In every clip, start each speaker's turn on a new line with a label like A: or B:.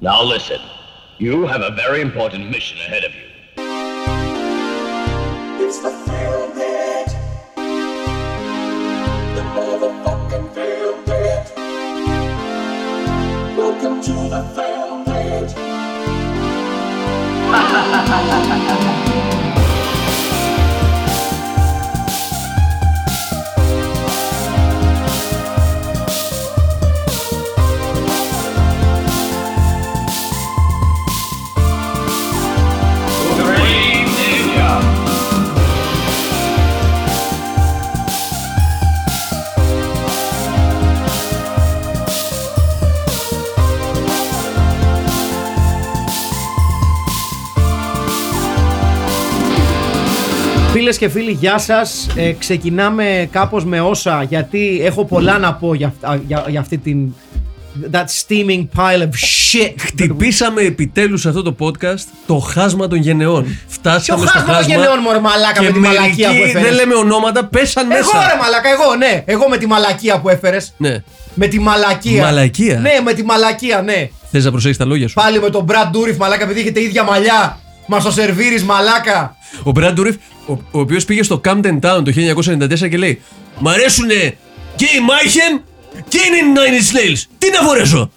A: Now listen, you have a very important mission ahead of you.
B: It's the Feel Bit. The motherfucking Feel Bit. Welcome to the Feel Bit.
C: Φίλες και φίλοι, γεια σας. Ε, ξεκινάμε κάπως με όσα γιατί έχω πολλά να πω για, αυτά- για, για αυτή την. That steaming pile of shit.
D: Χτυπήσαμε επιτέλους σε αυτό το podcast το χάσμα των γενεών.
C: Ποιο
D: Φτάσαμε στο
C: χάσμα των
D: χάσμα.
C: γενναιών, μωρέ μαλάκα, με
D: και
C: τη
D: μερικοί,
C: μαλακία που έφερε.
D: δεν λέμε ονόματα, πέσαν
C: Εγώ
D: μέσα.
C: ρε μαλακά, εγώ ναι. Εγώ με τη μαλακία που έφερες.
D: Ναι.
C: Με τη μαλακία.
D: Μαλακία.
C: Ναι, με τη μαλακία, ναι.
D: Θες να προσέχεις τα λόγια σου.
C: Πάλι με τον Brad Dourif μαλάκα, επειδή έχετε ίδια μαλλιά. Μας το σερβίρεις μαλάκα.
D: Ο Μπραντουρεφ, ο, ο οποίος πήγε στο Camden Town το 1994 και λέει «Μ' αρέσουνε και η Μάιχεμ και οι Nine Inch Nails. Τι να φορέσω».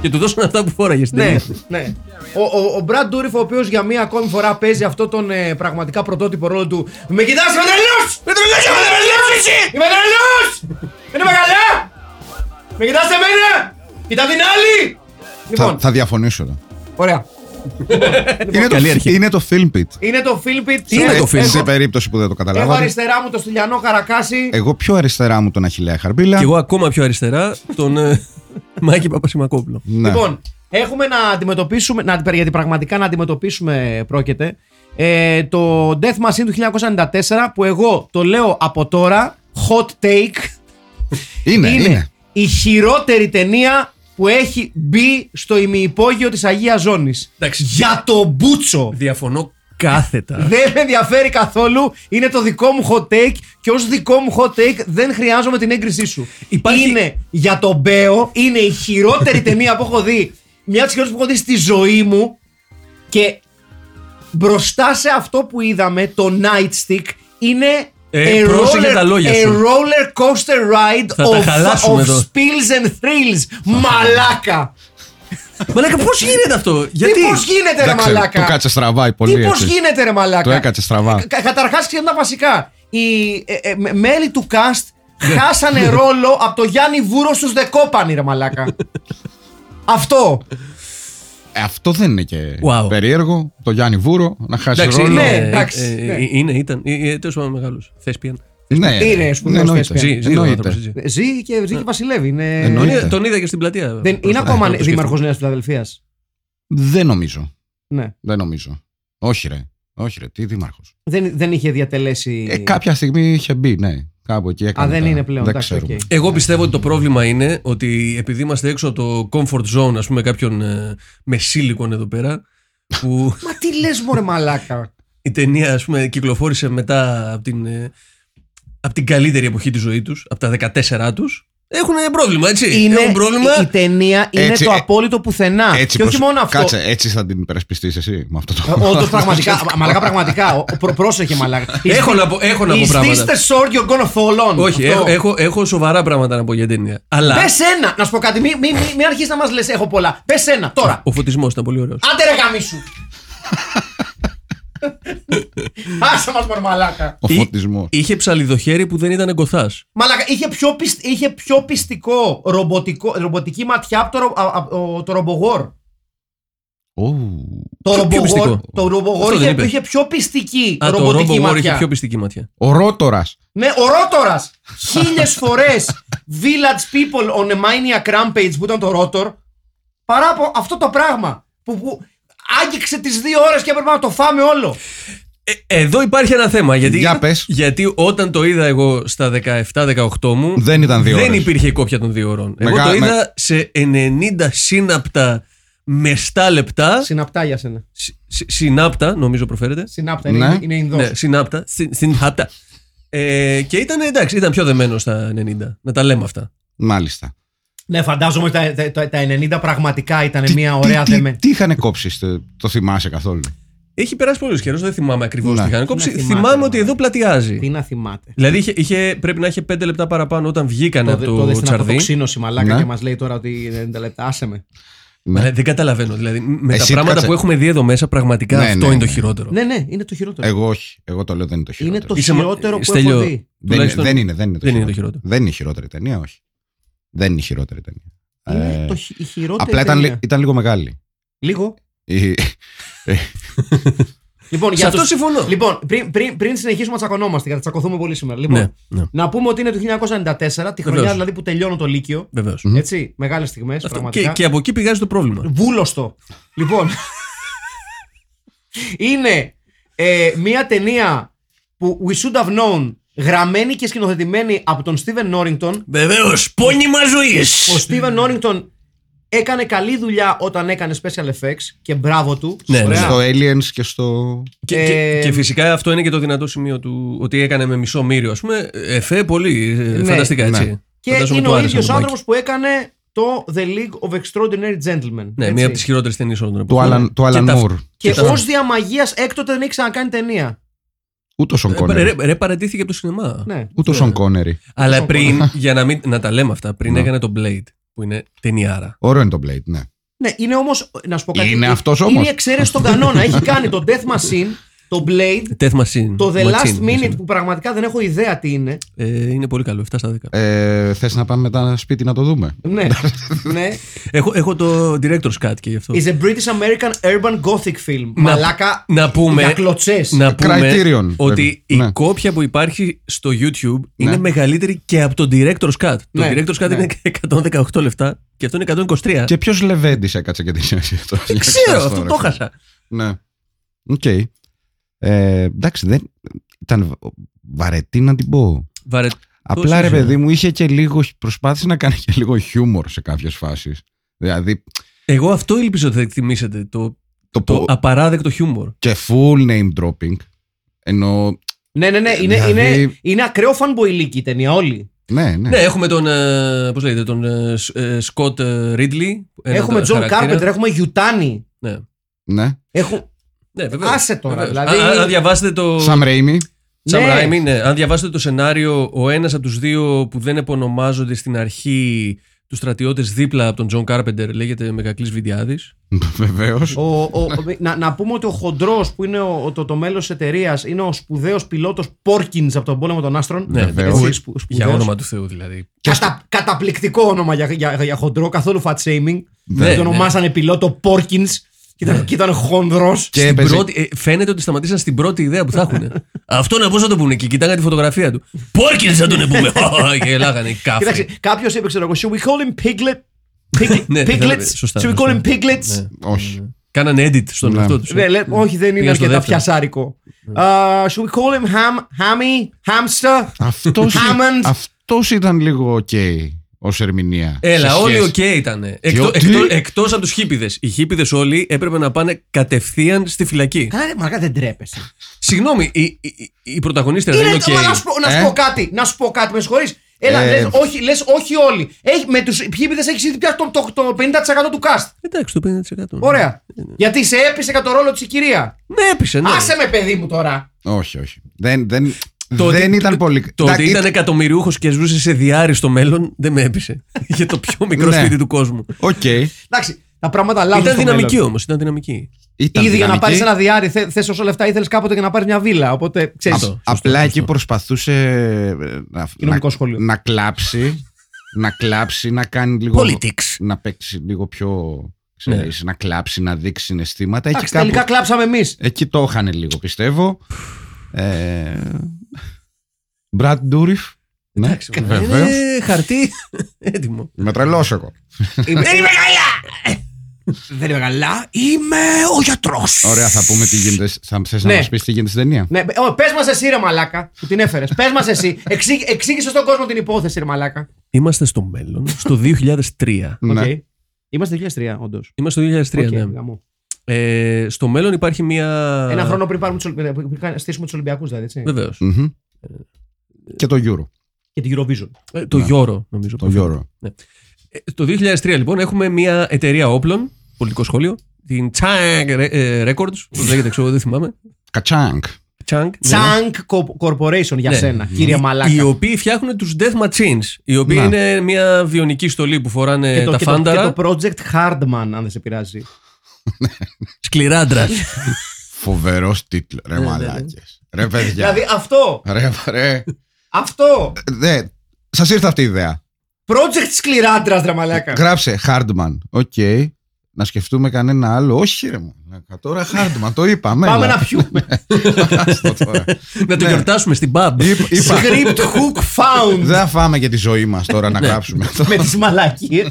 D: Και του δώσαν αυτά που φόραγε στην
C: Ναι,
D: ταινία.
C: ναι. Ο, ο, ο Μπραντ Ντούριφ, ο οποίος για μία ακόμη φορά παίζει αυτό τον ε, πραγματικά πρωτότυπο ρόλο του. Με κοιτάς, είμαι τρελός! Με τρελός, είμαι τρελός εσύ! Είμαι τρελός! Δεν είμαι καλά! Με κοιτάς εμένα! Κοιτά την άλλη!
E: Θα,
C: Λοιπόν,
E: θα διαφωνήσω. Ρε.
C: ωραία.
E: είναι, το,
D: καλή αρχή.
E: είναι το film pit.
C: Είναι το Φίλπιτ.
D: Τι είναι
E: Ε,
D: το film
E: Σε
D: pit?
E: περίπτωση που δεν το
C: Έχω
E: καταλάβατε.
C: αριστερά μου το στυλιανό καρακάσι.
E: Εγώ πιο αριστερά μου τον Αχιλέα Χαρμπίλα.
D: Και εγώ ακόμα πιο αριστερά τον ε, Μάκη Παπασημακόπουλο.
E: Ναι.
C: Λοιπόν, έχουμε να αντιμετωπίσουμε, να, γιατί πραγματικά να αντιμετωπίσουμε πρόκειται, ε, το Death Machine του 1994 που εγώ το λέω από τώρα, hot take,
E: είναι, είναι.
C: είναι, η χειρότερη ταινία που έχει μπει στο ημιυπόγειο της Αγίας Ζώνης.
D: Εντάξει.
C: Για το μπούτσο.
D: Διαφωνώ κάθετα.
C: Δεν με ενδιαφέρει καθόλου. Είναι το δικό μου hot take και ως δικό μου hot take δεν χρειάζομαι την έγκρισή σου.
D: Υπάρχει-
C: Είναι για τον Μπέο, είναι η χειρότερη ταινία που έχω δει. Μια από τι χειρότερε που έχω δει στη ζωή μου. Και μπροστά σε αυτό που είδαμε, το Nightstick, είναι.
D: Ε,
C: a
D: πρόσεχε
C: roller,
D: τα λόγια
C: a
D: σου.
C: roller coaster ride
D: Θα τα
C: of,
D: χαλάσουμε
C: of
D: εδώ.
C: spills and thrills. μαλάκα!
D: Μαλάκα, πώς γίνεται αυτό,
C: Τι
D: γιατί.
C: πώς γίνεται, ρε
E: Εντάξει,
C: μαλάκα!
E: Το κάτσε στραβάει πολύ.
C: Τι πώς
E: έτσι.
C: γίνεται, ρε Μαλάκα.
E: Το έκατσε στραβά.
C: Κα- Καταρχά, ξέρετε τα βασικά. Οι ε, ε, με- μέλη του cast
E: Ναι.
C: χάσανε ρόλο από το Γιάννη Βούρος στους Δεκόπανη, ρε Μαλάκα. Αυτό.
E: Ε, αυτό δεν είναι και
D: Wow.
E: περίεργο. Το Γιάννη Βούρο να χάσει
D: Εντάξει,
E: ρόλο.
D: είναι,
C: Ναι,
D: ε,
C: εντάξει,
D: ε,
C: ναι.
D: ε, είναι, ήταν. ε, ε, Τέλος πάντων, μεγάλος. Θέσπιαν.
E: Ναι,
C: Είναι σπουδαίος
E: εννοείται.
C: θεσπιάς.
D: Ζει, ζει ο
E: Εννοείται.
D: άνθρωπος, έτσι.
C: Ζει και,
E: Ε.
C: ζει και βασιλεύει. Είναι,
E: Εννοείται.
D: Είναι- Τον είδα και στην πλατεία. Ναι.
C: δεν, είναι
D: Πρόσφατα,
E: Ε,
C: ακόμα
D: το σκέφτομαι.
C: δήμαρχος Νέας Φιλαδελφίας.
E: Δεν νομίζω.
C: Ναι.
E: Δεν νομίζω. Όχι, ρε. Όχι, ρε. Τι δήμαρχος.
C: Δεν, δεν είχε διατελέσει.
E: Ε, κάποια στιγμή είχε μπει, ναι. Κάπου εκεί έκανε.
C: Α, δεν
E: τα-
C: είναι πλέον.
E: Δεν
C: Εντάξει,
E: ξέρουμε.
C: οκ.
D: Εγώ πιστεύω ότι το πρόβλημα είναι ότι επειδή είμαστε έξω από το comfort zone, ας πούμε, κάποιων ε, μεσήλικων εδώ πέρα, που
C: Μα τι λες, Μωρέ Μαλάκα.
D: η ταινία, ας πούμε, κυκλοφόρησε μετά από την, ε, από την καλύτερη εποχή της ζωής τους, από τα 14 του, έχουν πρόβλημα,
E: Ε,
D: έτσι. έχουν πρόβλημα.
C: η, η ταινία είναι
E: Έτσι,
C: το
E: ε,
C: απόλυτο πουθενά.
E: Έτσι
C: και όχι
E: προς-
C: μόνο αυτό.
E: Κάτσε, έτσι θα την υπερασπιστείς εσύ με αυτό το.
C: Όντω Ε, πραγματικά. α, μαλάκα πραγματικά. Ο- προ- πρόσεχε μαλάκα.
D: Έχω να πω- έχω να πω
C: Is
D: πράγματα.
C: this the sword you're gonna fall on.
D: Όχι,
C: Αυτό.
D: έχω, έχω, έχω σοβαρά πράγματα να πω για την ταινία. Αλλά
C: Πες ένα! Να σου πω κάτι, μην μη, μη, μη αρχίσεις να μας λες: Έχω πολλά. Πες ένα, τώρα.
D: ο φωτισμός ήταν πολύ ωραίος.
C: Άντε ρε γαμίσου. Άσε μας μωρέ μαλάκα.
E: Ο φωτισμός.
D: Είχε ψαλιδοχέρι που δεν ήταν εγκοθάς.
C: Μαλάκα, είχε πιο, πισ- είχε πιο πιστικό ρομποτικό, ρομποτική ματιά από το, ρο- α- α- ο- το ρομπογόρ. Το
D: Πιο- πιο
C: ρομπογόρ,
D: πιστικό.
C: το ρομπογόρ
D: Αυτό δεν
C: είχε,
D: είπε.
C: είχε πιο πιστική
D: Α, το
C: ρομποτική
D: Robo War
C: ματιά.
D: είχε πιο πιστική ματιά.
E: Ο Ρότορα.
C: Ναι, ο Ρότορα! Χίλιες φορές Village People on a Maniac Rampage που ήταν το Ρότορ. Παρά από αυτό το πράγμα που, που άγγιξε τις δύο ώρες και έπρεπε να το φάμε όλο.
D: Ε, εδώ υπάρχει ένα θέμα. Γιατί,
E: Για πες.
D: γιατί όταν το είδα εγώ στα 17-18 μου.
E: Δεν ήταν δύο
D: Δεν
E: ώρες.
D: υπήρχε κόπια των δύο ώρων. εγώ
E: Μεγά-
D: το είδα
E: με-
D: σε 90 σύναπτα μεστά λεπτά.
C: Συναπτά για σένα.
D: Συ- συ- συνάπτα, νομίζω προφέρεται.
C: Συνάπτα, είναι,
E: Ναι.
C: είναι Ινδός.
D: Ναι, συνάπτα. συν- Συνάπτα. Ε, και ήταν εντάξει, ήταν πιο δεμένο στα 90. Να τα λέμε αυτά.
E: Μάλιστα.
C: Ναι, φαντάζομαι τα, τα, τα- τα 90 πραγματικά ήταν
E: Τι-
C: μια
E: τι-
C: ωραία
E: τι-
C: δεμένη.
E: Τι είχαν κόψει, στο- το θυμάσαι καθόλου.
D: Έχει περάσει πολύ καιρό, δεν θυμάμαι ακριβώς
E: Ναι.
D: τι είχαν κόψει.
C: Ναι, θυμάμαι,
D: Θυμάμαι, ότι
C: θυμάμαι.
D: εδώ πλατιάζει.
C: Τι να θυμάται.
D: Δηλαδή είχε, είχε- πρέπει να είχε 5 λεπτά παραπάνω όταν βγήκανε
C: Το,
D: από
C: δε-
D: το,
C: το δες την
D: τσαρδί.
C: αυτοξίνωση μαλάκα
E: Ναι.
C: και μας λέει τώρα ότι 90 λεπτά, άσε με.
E: Ναι.
D: Αλλά δεν καταλαβαίνω. Δηλαδή, με τα
E: Εσύ
D: πράγματα
E: κάτσε.
D: που έχουμε δει εδώ μέσα, πραγματικά
E: Ναι,
D: αυτό
E: ναι,
D: είναι
E: ναι.
D: το χειρότερο.
C: Ναι, ναι, είναι το χειρότερο.
E: Εγώ όχι. Εγώ το λέω δεν είναι το χειρότερο.
C: είναι το
D: Είσαι μα-
C: χειρότερο που
D: Στέλιο,
C: έχω δει.
E: Δεν, είναι,
D: τουλάχιστον-
E: δεν είναι, δεν είναι το
D: δεν είναι
E: χειρότερο.
D: το χειρότερο.
E: Δεν είναι η χειρότερη ταινία, όχι. Δεν είναι η χειρότερη ταινία.
C: Είναι
E: Ε,
C: το χει- η χειρότερη
E: απλά ήταν,
C: ταινία.
E: λι- ήταν λίγο μεγάλη.
C: Λίγο.
E: Η-
C: Λοιπόν,
D: Σε
C: για
D: αυτό
C: τους-
D: συμφωνώ.
C: Λοιπόν, πριν, πριν, πριν συνεχίσουμε να τσακωνόμαστε, γιατί θα τσακωθούμε πολύ σήμερα. Λοιπόν,
D: Ναι, ναι.
C: να πούμε ότι είναι το 1994, τη χρονιά
D: Βεβαίως.
C: δηλαδή που τελειώνω το Λύκειο.
D: Βεβαίως.
C: Έτσι, μεγάλες στιγμές.
D: Και,
C: Ναι, Πραγματικά.
D: και από εκεί πηγάζει το πρόβλημα.
C: Βούλωστο. λοιπόν. είναι ε, μία ταινία που we should have known γραμμένη και σκηνοθετημένη από τον Στίβεν Νόριγκτον.
D: Βεβαίως. Πόνιμα ζωής.
C: Ο Στίβεν Νόριγκτον έκανε καλή δουλειά όταν έκανε special effects και μπράβο του.
D: Ναι, ναι.
C: Ωραία.
E: στο Aliens και στο.
D: Και, και,
C: Ε,
D: και φυσικά αυτό είναι και το δυνατό σημείο του ότι έκανε με μισό μύριο. Ας πούμε, εφέ πολύ. ε,
C: Ναι,
D: φανταστικά έτσι.
E: ναι.
C: Και
D: Φαντάζομαι
C: είναι
D: του
C: ο
D: άρεσε
C: ίδιος
D: το
C: άνθρωπος
D: Μάκη.
C: που έκανε το The League of Extraordinary Gentlemen.
D: Ναι,
C: έτσι.
D: μία από τις χειρότερες ταινίες όλων των
E: του
C: Ναι.
D: εποχών.
E: Alan, του
D: Και
E: Alan
D: τα-
E: Moore.
C: Και
D: τα-
C: ως διαμαγείας έκτοτε δεν έχει ξανακάνει ταινία.
E: Ούτε ο Σον
D: Ε, Ρε, Ε.
E: Κόνερι.
D: ρε, παρατήθηκε από το σινεμά.
C: Ναι.
E: Ούτε ο Σον Κόνερι.
D: Αλλά
C: Στον
D: πριν, για να, μην, να τα λέμε αυτά, πριν έκανε το Blade, που είναι ταινιάρα.
E: Ωραίο είναι το Blade, ναι.
C: Ναι, είναι όμως. Να σου πω κάτι. ε,
E: Είναι αυτός
C: Είναι
E: όμως.
C: η εξαίρεση στον κανόνα. έχει κάνει το Death Machine, το Blade,
D: Death Machine.
C: το The
D: Machine,
C: Last Minute
D: Machine.
C: που πραγματικά δεν έχω ιδέα τι είναι.
D: Ε, είναι πολύ καλό, 7 στα 10.
E: Ε, Θες να πάμε μετά σπίτι να το δούμε.
C: Ναι. ναι.
D: Έχω, έχω το director's cut και γι' αυτό.
C: Is a British American Urban Gothic film.
D: Να-
C: Μαλάκα.
D: να πούμε-
C: Για κλωτσές.
D: Να πούμε
E: Criterion,
D: ότι
E: βέβαια.
D: η
E: Ναι.
D: κόπια που υπάρχει στο YouTube
E: Ναι.
D: είναι μεγαλύτερη και από τον director's cut.
C: Ναι,
D: Το director's cut
C: ναι.
D: είναι 118 λεπτά και αυτό είναι 123.
E: Και ποιος Λεβέντης έκατσε και την συνέχεια αυτό.
D: Δεν ξέρω, αυτό το έχασα.
E: Ναι. Οκ. Ε, εντάξει, δεν. Ήταν βαρετή να την πω.
D: Βαρε...
E: Απλά ρε
D: ήρθε.
E: παιδί μου, είχε και λίγο. Προσπάθησε να κάνει και λίγο χιούμορ σε κάποιες φάσεις. Δηλαδή.
D: Εγώ αυτό ήλπιζα ότι θα εκτιμήσετε. Το, το
E: Το, πω-
D: απαράδεκτο χιούμορ.
E: Και full name dropping. Ενώ.
C: Ναι, ναι, ναι. Είναι,
E: Δηλαδή-
C: είναι, είναι ακραίο fanboy η ταινία όλοι.
E: Ναι, ναι.
D: Ναι, έχουμε τον. ε, Πώς λέγεται, τον ε, Σ- ε, Σκοτ ε, Ρίτλι. έναν
C: έχουμε
D: το-
C: John
D: χαρακτήρα.
C: Carpenter, έχουμε Γιουτάνι.
D: Ναι.
E: ναι.
C: Έχουμε...
D: Ναι, βεβαίως.
C: Άσε τώρα,
D: Βεβαίως.
C: δηλαδή-
D: Α- α- Αν διαβάσετε το.
E: Sam Raimi.
D: Sam
C: Ναι.
D: Raimi, ναι. Αν διαβάσετε το σενάριο, ο ένας από τους δύο που δεν επωνομάζονται στην αρχή τους στρατιώτες δίπλα από τον Τζον Κάρπεντερ λέγεται Μεγακλής Βιντιάδης.
E: Βεβαίως.
C: Ο, ο, ο- να, να πούμε ότι ο χοντρός που είναι ο, το, το μέλος της εταιρείας είναι ο σπουδαίος πιλότος Πόρκιν από τον πόλεμο των άστρων.
D: Ναι,
E: Βεβαίως.
D: που-
C: Έτσι, σπου-
D: Για
C: σπουδαίος.
D: όνομα του Θεού δηλαδή.
C: Κατα, καταπληκτικό όνομα για, για, για χοντρό, καθόλου fat shaming. τον
D: Ναι, ναι.
C: ονομάσανε πιλότο Πόρκιν και ήταν, και ήταν χοντρό.
E: Και
D: Στην
E: έπαιζε-
D: πρώτη- ε, φαίνεται ότι σταματήσαν στην πρώτη ιδέα που θα έχουν. Αυτό να πώ θα το πούνε και κοιτάγανε τη φωτογραφία του. Πόρκιν θα τον πούμε. Ω, Και γελάγανε οι κάφροι.
C: Κοίταξε, κάποιος είπε, ξέρω εγώ, should we call him Piglet? Piglet-
D: Ναι, θα
C: piglets?
D: έπρεπε, σωστά,
C: Should we call
D: σωστά.
C: him Piglets?
D: Ναι.
E: Όχι.
D: Κάνανε edit στον
E: Ναι.
D: εαυτό τους.
C: Ναι, λέ- όχι, δεν είναι
D: Πήγα στο
C: αρκετά
D: δεύτερο. Ναι.
C: πιασάρικο. Uh, should we call him ham, Hammy, Hamster?
E: Αυτός,
C: Hammond.
E: αυτός ήταν λίγο οκ ως ερμηνεία.
D: Έλα,
E: Σε
D: όλοι οκ
E: σχέση-
D: ήταν.
E: ότι-
D: Εκτό από τους χίπηδες. Οι χίπηδες όλοι έπρεπε να πάνε κατευθείαν στη φυλακή.
C: Καλά, ρε, μαλάκα, δεν τρέπεσαι.
D: Συγγνώμη, η, η, η- η πρωταγωνίστρια δεν
C: Είναι,
D: είναι
C: μα να
D: οκ.
C: σου, πω- να σου
E: Ε?
C: πω κάτι, να σου πω κάτι, με συγχωρείς. Έλα,
E: Ε.
C: λες, όχι, λες, όχι όλοι. Έχει, με τους ποιήπηδες έχεις ήδη πιάσει το, το, το 50% του cast.
D: Εντάξει, το 50%.
C: Ωραία. Γιατί σε έπεισε κατά το ρόλο της η κυρία.
D: Ναι, έπεισε, ναι.
C: Άσε με παιδί μου τώρα.
E: Όχι, όχι. Δεν, δεν,
D: Το
E: δεν
D: ότι-
E: ήταν πολύ.
D: Το ότι
E: Εντάξει,
D: ήταν εκατομμυριούχο και ζούσε σε διάρρη στο μέλλον δεν με έπεισε. Για το πιο μικρό
E: Ναι.
D: σπίτι του κόσμου.
E: Οκ.
C: Εντάξει, τα πράγματα αλλάζουν
D: Ήταν
C: στο
D: δυναμική
C: μέλλον.
D: όμως, ήταν δυναμική.
E: Ήταν
C: Ήδη για να
E: δυναμική.
C: πάρεις ένα διάρρη, θε θες όσα λεφτά ήθελες κάποτε για να πάρεις μια βίλα. Οπότε ξέρεις.
D: Αυτό. Σωστό,
E: Απλά
D: σωστό.
E: εκεί προσπαθούσε ε, να,
C: Κοινωνικό
E: να,
C: σχολείο.
E: να κλάψει, να κλάψει, να κάνει λίγο. Να παίξει λίγο πιο. Ξέρεις, Να κλάψει, να δείξει συναισθήματα. Εκεί,
C: Εντάξει,
E: κάπου-
C: τελικά κλάψαμε εμείς.
E: εκεί το είχαν λίγο, πιστεύω. ε, Brad Dourif. Ναι,
D: Εντάξει,
E: βεβαίως.
D: Είναι χαρτί έτοιμο.
E: Με τρελός εγώ.
C: Δεν είμαι καλά! Δεν είμαι καλά. Είμαι ο γιατρός.
E: Ωραία, θα πούμε τι γίνεται. σ- Θα θες
C: Ναι.
E: να μας πεις τι γίνεται στην ταινία.
C: Ναι, πες μας εσύ, ρε Μαλάκα, που την έφερες. Πες μας εσύ. Εξή- Εξήγησε στον κόσμο την υπόθεση, ρε Μαλάκα.
D: Είμαστε στο μέλλον, στο 2003.
E: Ναι.
C: Οκ. Είμαστε 2003, όντως.
D: Είμαστε στο 2003, ναι. Ε, στο μέλλον υπάρχει μια.
C: Ένα χρόνο πριν, πάρουμε τους Ολυ- πριν κα- στήσουμε τους Ολυμπιακούς, δηλαδή. Έτσι.
D: Βεβαίως.
E: Μμμ. Ε, Και το Euro.
C: Και την Eurovision.
D: το Γιώρο, Ε, νομίζω.
E: Το Euro.
D: Ε, Το 2003 λοιπόν έχουμε μια εταιρεία όπλων, πολιτικό σχόλιο, την Chang Re- ε, Records, που λέγεται ξέρω, δεν θυμάμαι.
E: Κατσάνκ.
D: Chang. ναι.
C: Chunk Co- Corporation για
D: Ναι.
C: σένα, κύριε
D: Οι
C: Μαλάκα.
D: οποίοι φτιάχνουν τους Death Machines, οι οποίοι
E: Να.
D: είναι μια βιονική στολή που φοράνε
C: Και το,
D: ε, τα
C: και, το, και
D: φάνταρα.
C: το project Hardman, αν δεν σε πειράζει.
D: Σκληρά ντρας.
E: Φοβερός τίτλος. Ρε μαλάκες. Ρε παιδιά.
C: Ναι, Δηλαδή αυτό,
E: Ρε, ρε.
C: αυτό.
E: Δε, σας ήρθε αυτή η ιδέα.
C: Project σκληράντρα, ρε μαλάκα.
E: Γράψε Hardman. Οκ. Να σκεφτούμε κανένα άλλο. Όχι, ρε μαλάκα. Τώρα Hardman. Το είπαμε.
C: Πάμε να πιούμε.
E: Άστο τώρα.
D: Να το
E: Ναι.
D: γιορτάσουμε στην pub.
E: Είπα- είπα,
C: Script hook found
E: Δεν θα φάμε για τη ζωή μας τώρα να γράψουμε.
C: Ναι. με τις μαλακίες.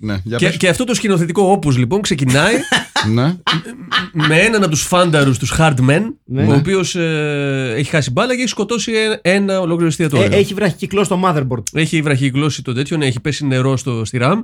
E: Ναι, για
D: Και,
E: πες.
D: και αυτό το σκηνοθετικό όπους λοιπόν ξεκινάει
E: Ναι.
D: με έναν από τους φάνταρους, τους Hardmen,
C: Ναι.
D: ο οποίος ε, έχει χάσει μπάλα και έχει σκοτώσει ε- ένα ολόκληρο
C: Ε,
D: εστιατόριο.
C: Έχει βραχικυκλώσει το motherboard.
D: Έχει βραχυγλώσει το τέτοιο, ναι, έχει πέσει νερό στο, στη RAM.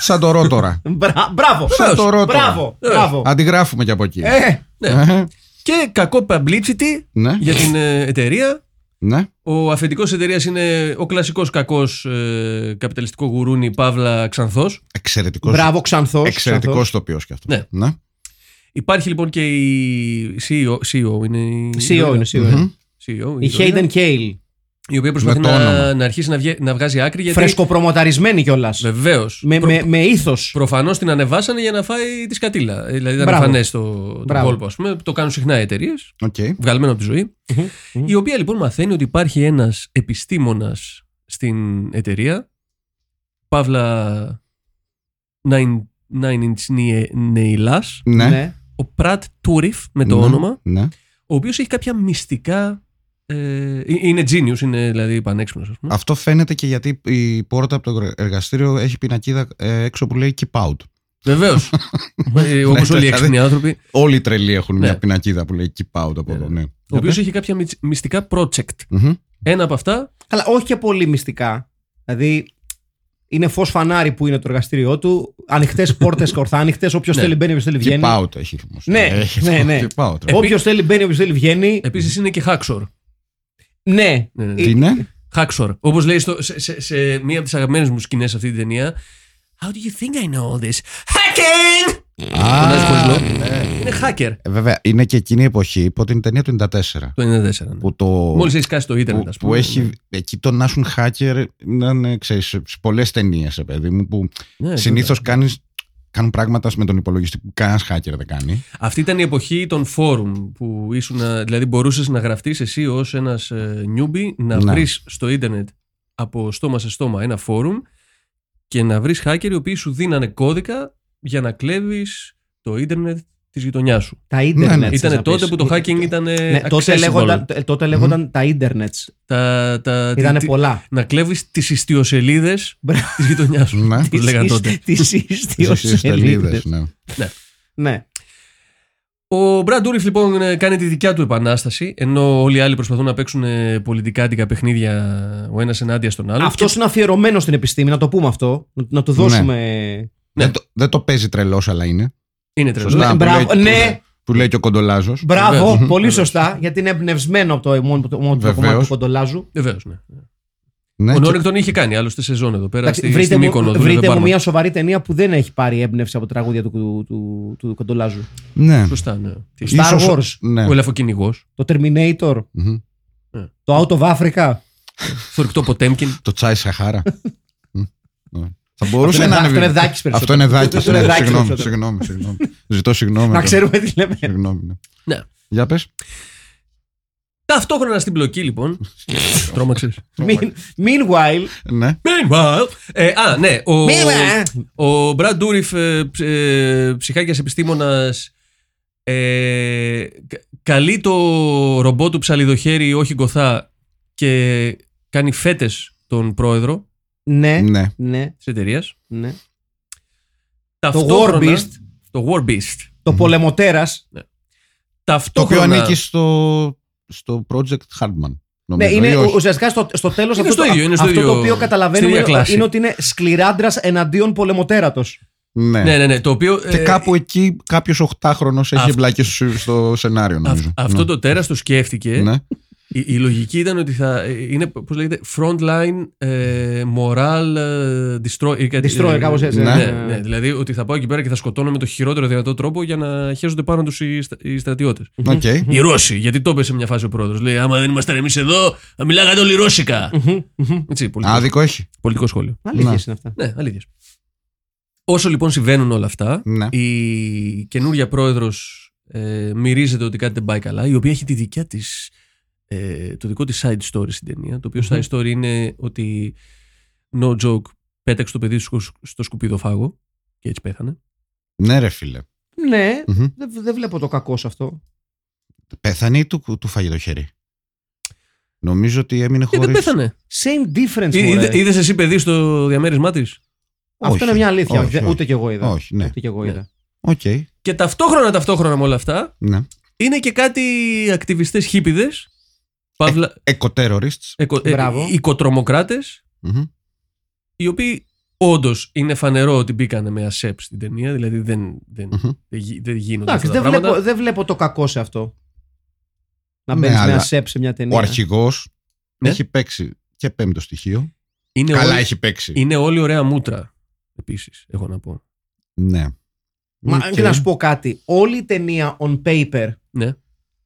E: Σαν το ρο τώρα.
C: Μπρα- Μπράβο.
E: Σαν το Ε. ρο τώρα.
C: Μπράβο. Μπράβο.
E: Αντιγράφουμε και από εκεί.
C: Ε,
E: Ε,
D: και κακό publicity
E: Ναι.
D: για την ε, εταιρεία.
E: Ναι.
D: Ο αφεντικός της εταιρείας είναι ο κλασικός κακός ε, καπιταλιστικό γουρούνι Παύλα Ξανθός.
E: Εξαιρετικός
C: Μπράβο, Ξανθός.
E: Εξαιρετικός
C: Ξανθός.
E: τοπίο κι αυτό.
D: Ναι. Υπάρχει λοιπόν και η E CEO, CEO είναι η
C: CEO E είναι, CEO είναι.
D: CEO,
C: Η
D: η Ιδωρίδα,
C: Hayden Kale.
D: η οποία προσπαθεί
E: Με το
D: να,
E: όνομα.
D: να αρχίσει να, βγε- να βγάζει άκρη γιατί
C: Φρεσκοπρομοταρισμένη κιόλας.
D: Βεβαίως.
C: Με, με, με ήθος.
D: Προφανώς την ανεβάσανε για να φάει τη σκατήλα. Ε, Δηλαδή ήταν
C: Μπράβο.
D: εμφανές το, το
C: Μπράβο.
D: κόλπο, ας πούμε. Το κάνουν συχνά εταιρείες,
E: Οκ.
D: βγαλμένο από τη ζωή. Η οποία λοιπόν μαθαίνει ότι υπάρχει ένας επιστήμονας στην εταιρεία. Παύλα. Nine, nine inch Nail- Nailάς,
E: Ναι.
D: ο Πρατ Τούριφ με το
E: Ναι.
D: όνομα,
E: Ναι.
D: ο οποίος έχει κάποια μυστικά. Ε, είναι genius, είναι δηλαδή πανέξυπνος ας πούμε.
E: Αυτό φαίνεται και γιατί η πόρτα από το εργαστήριο έχει πινακίδα ε, έξω που λέει keep out.
D: Βεβαίως. Όπω Ε, όλοι οι
E: δηλαδή.
D: έξυπνοι άνθρωποι.
E: Όλοι οι τρελοί έχουν
D: Ναι.
E: μια πινακίδα που λέει keep out από εδώ. Ναι.
D: Ο οποίος έχει κάποια μυτσ- μυστικά project.
E: Μμμ.
D: Ένα από αυτά.
C: Αλλά όχι και πολύ μυστικά. Δηλαδή, είναι φως φανάρι που είναι το εργαστήριό του. Ανοιχτές πόρτες κορθάνυχτε. Όποιος
D: Ναι.
C: θέλει μπαίνει, όποιος θέλει
E: Keep
C: βγαίνει.
E: out έχει όμως.
C: Ναι,
E: Έχει
C: ναι,
E: το
C: ναι.
E: Keep out.
D: Ε,
E: ρε.
C: Όποιος θέλει μπαίνει, όποιος θέλει βγαίνει.
D: Επίσης είναι και Haxor.
C: Ναι.
D: Ναι, ναι, ναι.
E: Τι Ε, είναι?
D: Haxor. Όπως λέει στο, σε, σε, σε μία από τις αγαπημένες μου σκηνές αυτή την ταινία. How do you think I know all this? Hacking! Φωνάζει χωρίς
E: Α,
D: λόγο. Είναι hacker.
E: ε, Βέβαια, είναι και εκείνη η εποχή που την ταινία του 94.
D: Το 94. Ναι.
E: Που το.
D: Μόλις έχεις σκάσει το Ιντερνετ,
E: που,
D: α πούμε. Ναι,
E: που έχει, εκεί το να ήσουν hacker ήταν, ξέρεις, σε πολλές ταινίες, ρε παιδί μου, που
D: Ναι,
E: συνήθως κάνεις, κάνουν πράγματα με τον υπολογιστή που κανένας hacker δεν κάνει.
D: Αυτή ήταν η εποχή των φόρουμ που ήσουν, δηλαδή μπορούσες να γραφτείς εσύ ως ένας ε, newbie να
E: Ναι.
D: βρεις στο ίντερνετ από στόμα σε στόμα ένα φόρουμ και να βρεις hacker οι οποίοι σου δίνανε κώδικα για να κλέβεις το ίντερνετ της γειτονιάς σου.
C: Τα
E: ναι.
C: ίντερνετ.
D: Ήτανε τότε που το hacking ήταν ε,
C: Ναι, τότε λέγονταν, τε- τότε λέγονταν τα ίντερνετ.
D: τα, τα,
C: Ήτανε
D: τι-
C: πολλά.
D: να κλέβεις τις ιστιοσελίδες
C: Μπράβο.
D: της γειτονιάς σου.
E: Ναι.
D: Τους λέγανε τότε.
C: Τι
E: Στις σελίδες, ναι.
C: Ναι.
D: Ο Μπραντ Ούριφ λοιπόν ε, κάνει τη δικιά του επανάσταση, ενώ όλοι οι άλλοι προσπαθούν να παίξουν ε, πολιτικάτικα παιχνίδια ο ένας ενάντια στον άλλο.
C: Αυτό είναι αφιερωμένος στην επιστήμη, να το πούμε αυτό. Να- Να του δώσουμε.
D: Ναι.
E: Δεν, το, δεν το παίζει τρελός, αλλά είναι.
D: είναι τρελό.
E: Σωστά.
C: Ναι,
E: που
C: μπράβο,
E: λέει-
C: ναι.
E: Που λέει και ο Κοντολάζος.
C: Μπράβο,
D: Βεβαίως.
C: πολύ
D: Βεβαίως.
C: σωστά, γιατί είναι εμπνευσμένο από το μόνο το, μόνο το
E: Βεβαίως.
C: κομμάτι του κοντολάζου.
D: Βεβαίως, ναι.
E: Ναι,
D: Ο
E: και-
D: Νόρικ τον είχε κάνει άλλωστε σεζόν εδώ πέρα.
C: Εντάξει,
D: Στη,
C: βρείτε
D: στη
C: μου,
D: Μύκονο, δούλευε
C: βρείτε μου
D: μπάρμαν.
C: μια σοβαρή ταινία που δεν έχει πάρει έμπνευση από τραγούδια του, του, του, του κοντολάζου.
E: ναι.
D: Σωστά, ναι. Τι-
C: Star
E: Ίσως-
C: Wars.
E: Ναι.
D: Ο ελαφοκυνηγός.
C: Το Terminator,
E: Μμμ.
C: το Out of Africa.
D: Το ρηκτό Ποτέμκιν.
E: Το τσάι Σαχάρα. Μμ. Ναι. Θα μπορούσε
C: Αυτό
E: να
C: είναι- αυτό είναι Δάκης περισσότερο.
E: Αυτό είναι δάκι.
C: Αυτό είναι Δάκης
E: Συγγνώμη,
C: περισσότερο.
E: συγγνώμη, συγγνώμη. Ζητώ συγγνώμη. ναι.
C: να ξέρουμε τι λέμε.
E: Συγγνώμη, ναι.
D: Ναι.
E: Για πες.
D: Ταυτόχρονα στην πλοκή λοιπόν. Τρώμαξε.
C: Mean- Meanwhile.
E: Ναι.
D: Meanwhile. Ε, α, ναι. Ο,
C: Meanwhile.
D: ο Μπραντ Ντούριφ, ε, ψ- ε, ψυχάκιας επιστήμονας, ε, κα- καλεί το ρομπό του ψαλιδοχέρι όχι γκοθά και κάνει φέτες τον πρόεδρο
C: Ναι,
E: Ναι.
C: ναι,
D: της εταιρείας.
C: ναι. Το War
D: Ταυτόχρονα,
C: Beast,
D: Το War Beast.
C: το πολεμοτέρα.
E: Το οποίο
D: Ταυτόχρονα...
E: ανήκει στο, στο project Hardman.
C: Ναι,
E: Νομίζω, ή
C: είναι
E: όχι.
C: ουσιαστικά στο, στο τέλος
D: Είναι
C: αυτό,
D: στο
C: το,
D: ίδιο, είναι στο
C: αυτό
D: ίδιο-
C: το οποίο
D: στην
C: καταλαβαίνουμε
D: ίδια
C: είναι,
D: κλάση.
C: είναι ότι είναι σκληράντρας εναντίον πολεμοτέρατος.
E: Ναι.
D: Ναι, ναι, ναι. Το οποίο,
E: Και
D: ε,
E: κάπου εκεί κάποιος 8χρονο έχει
D: αυ-
E: εμπλακεί στο, στο σενάριο,
D: αυ-
E: νομίζω.
D: αυτό
E: ναι.
C: Ε?
D: το τέρας το σκέφτηκε
E: Ναι.
D: Η, η λογική ήταν ότι θα ε, είναι, πώς λέγεται, frontline ε, moral ε, destroyer. κάτι-
C: Destroyer,
D: ε,
C: κάπως έτσι,
D: Ναι,
E: ναι.
D: ναι, δηλαδή ότι θα πάω εκεί πέρα και θα σκοτώνω με το χειρότερο δυνατό τρόπο για να χέζονται πάνω τους οι, στα- οι στρατιώτες.
C: Ναι.
E: Οκ.
D: Οι Ρώσοι, γιατί το είπε σε μια φάση ο πρόεδρος. Λέει, Άμα δεν ήμασταν εμείς εδώ, θα μιλάγατε όλοι ρώσικα. Έτσι, πολιτικό,
E: Άδικο έχει.
D: πολιτικό σχόλιο.
C: Αλήθειες είναι αυτά.
D: Ναι, αλήθεια. Όσο λοιπόν συμβαίνουν όλα αυτά,
C: Ε.
E: Ναι.
D: η καινούρια πρόεδρος ε, μυρίζεται ότι κάτι δεν πάει καλά, η οποία έχει τη δικιά της, ε, το δικό της side story στην ταινία. Το οποιο side story είναι ότι no joke, πέταξε το παιδί στο, στο σκουπιδοφάγο και έτσι πέθανε.
E: Ναι, ρε φίλε.
C: Ναι,
E: Μμμ.
C: δεν δεν βλέπω το κακό σε αυτό.
E: Πέθανε ή του, του φάγε το χέρι. Νομίζω ότι
C: Ε,
E: έμεινε
D: Και
E: χωρί.
D: δεν πέθανε.
C: Same difference,
E: Ε,
C: μωρέ.
D: Είδε είδες εσύ παιδί στο διαμέρισμά της.
C: Αυτό είναι μια αλήθεια.
E: Όχι,
C: Δε-
E: όχι.
C: Ούτε κι εγώ είδα.
E: Όχι, ναι.
C: Ούτε κι εγώ
D: Ναι.
C: είδα.
E: Οκ.
D: Και ταυτόχρονα, ταυτόχρονα με όλα αυτά,
E: Ναι.
D: είναι και κάτι ακτιβιστές χίπιδες, παύλα,
E: Εκοτέροριστς.
D: εκο- ε,
C: μπράβο.
D: οικοτρομοκράτες,
E: Μμμ.
D: οι οποίοι όντως είναι φανερό ότι μπήκανε με ασέπ στην ταινία, δηλαδή δεν, δεν,
E: Μμμ.
D: δεν, γι- δεν γίνονται
C: Εντάξει,
D: αυτά τα
C: δεν
D: πράγματα.
C: βλέπω, δεν βλέπω το κακό σε αυτό. Να
E: Ναι,
C: μπαίνεις με
E: αλλά
C: ένα σεπ σε μια ταινία.
E: Ο αρχηγός
D: Ναι.
E: έχει παίξει και πέμπτο στοιχείο.
C: Ναι,
D: Είναι,
E: Καλά
D: όλοι,
E: έχει
C: Ε.
E: παίξει.
D: είναι όλοι ωραία μούτρα, επίσης, έχω να πω.
E: Ναι.
C: Μα
E: Οκ.
C: και να σου πω κάτι. Όλη η ταινία on paper
D: Ναι.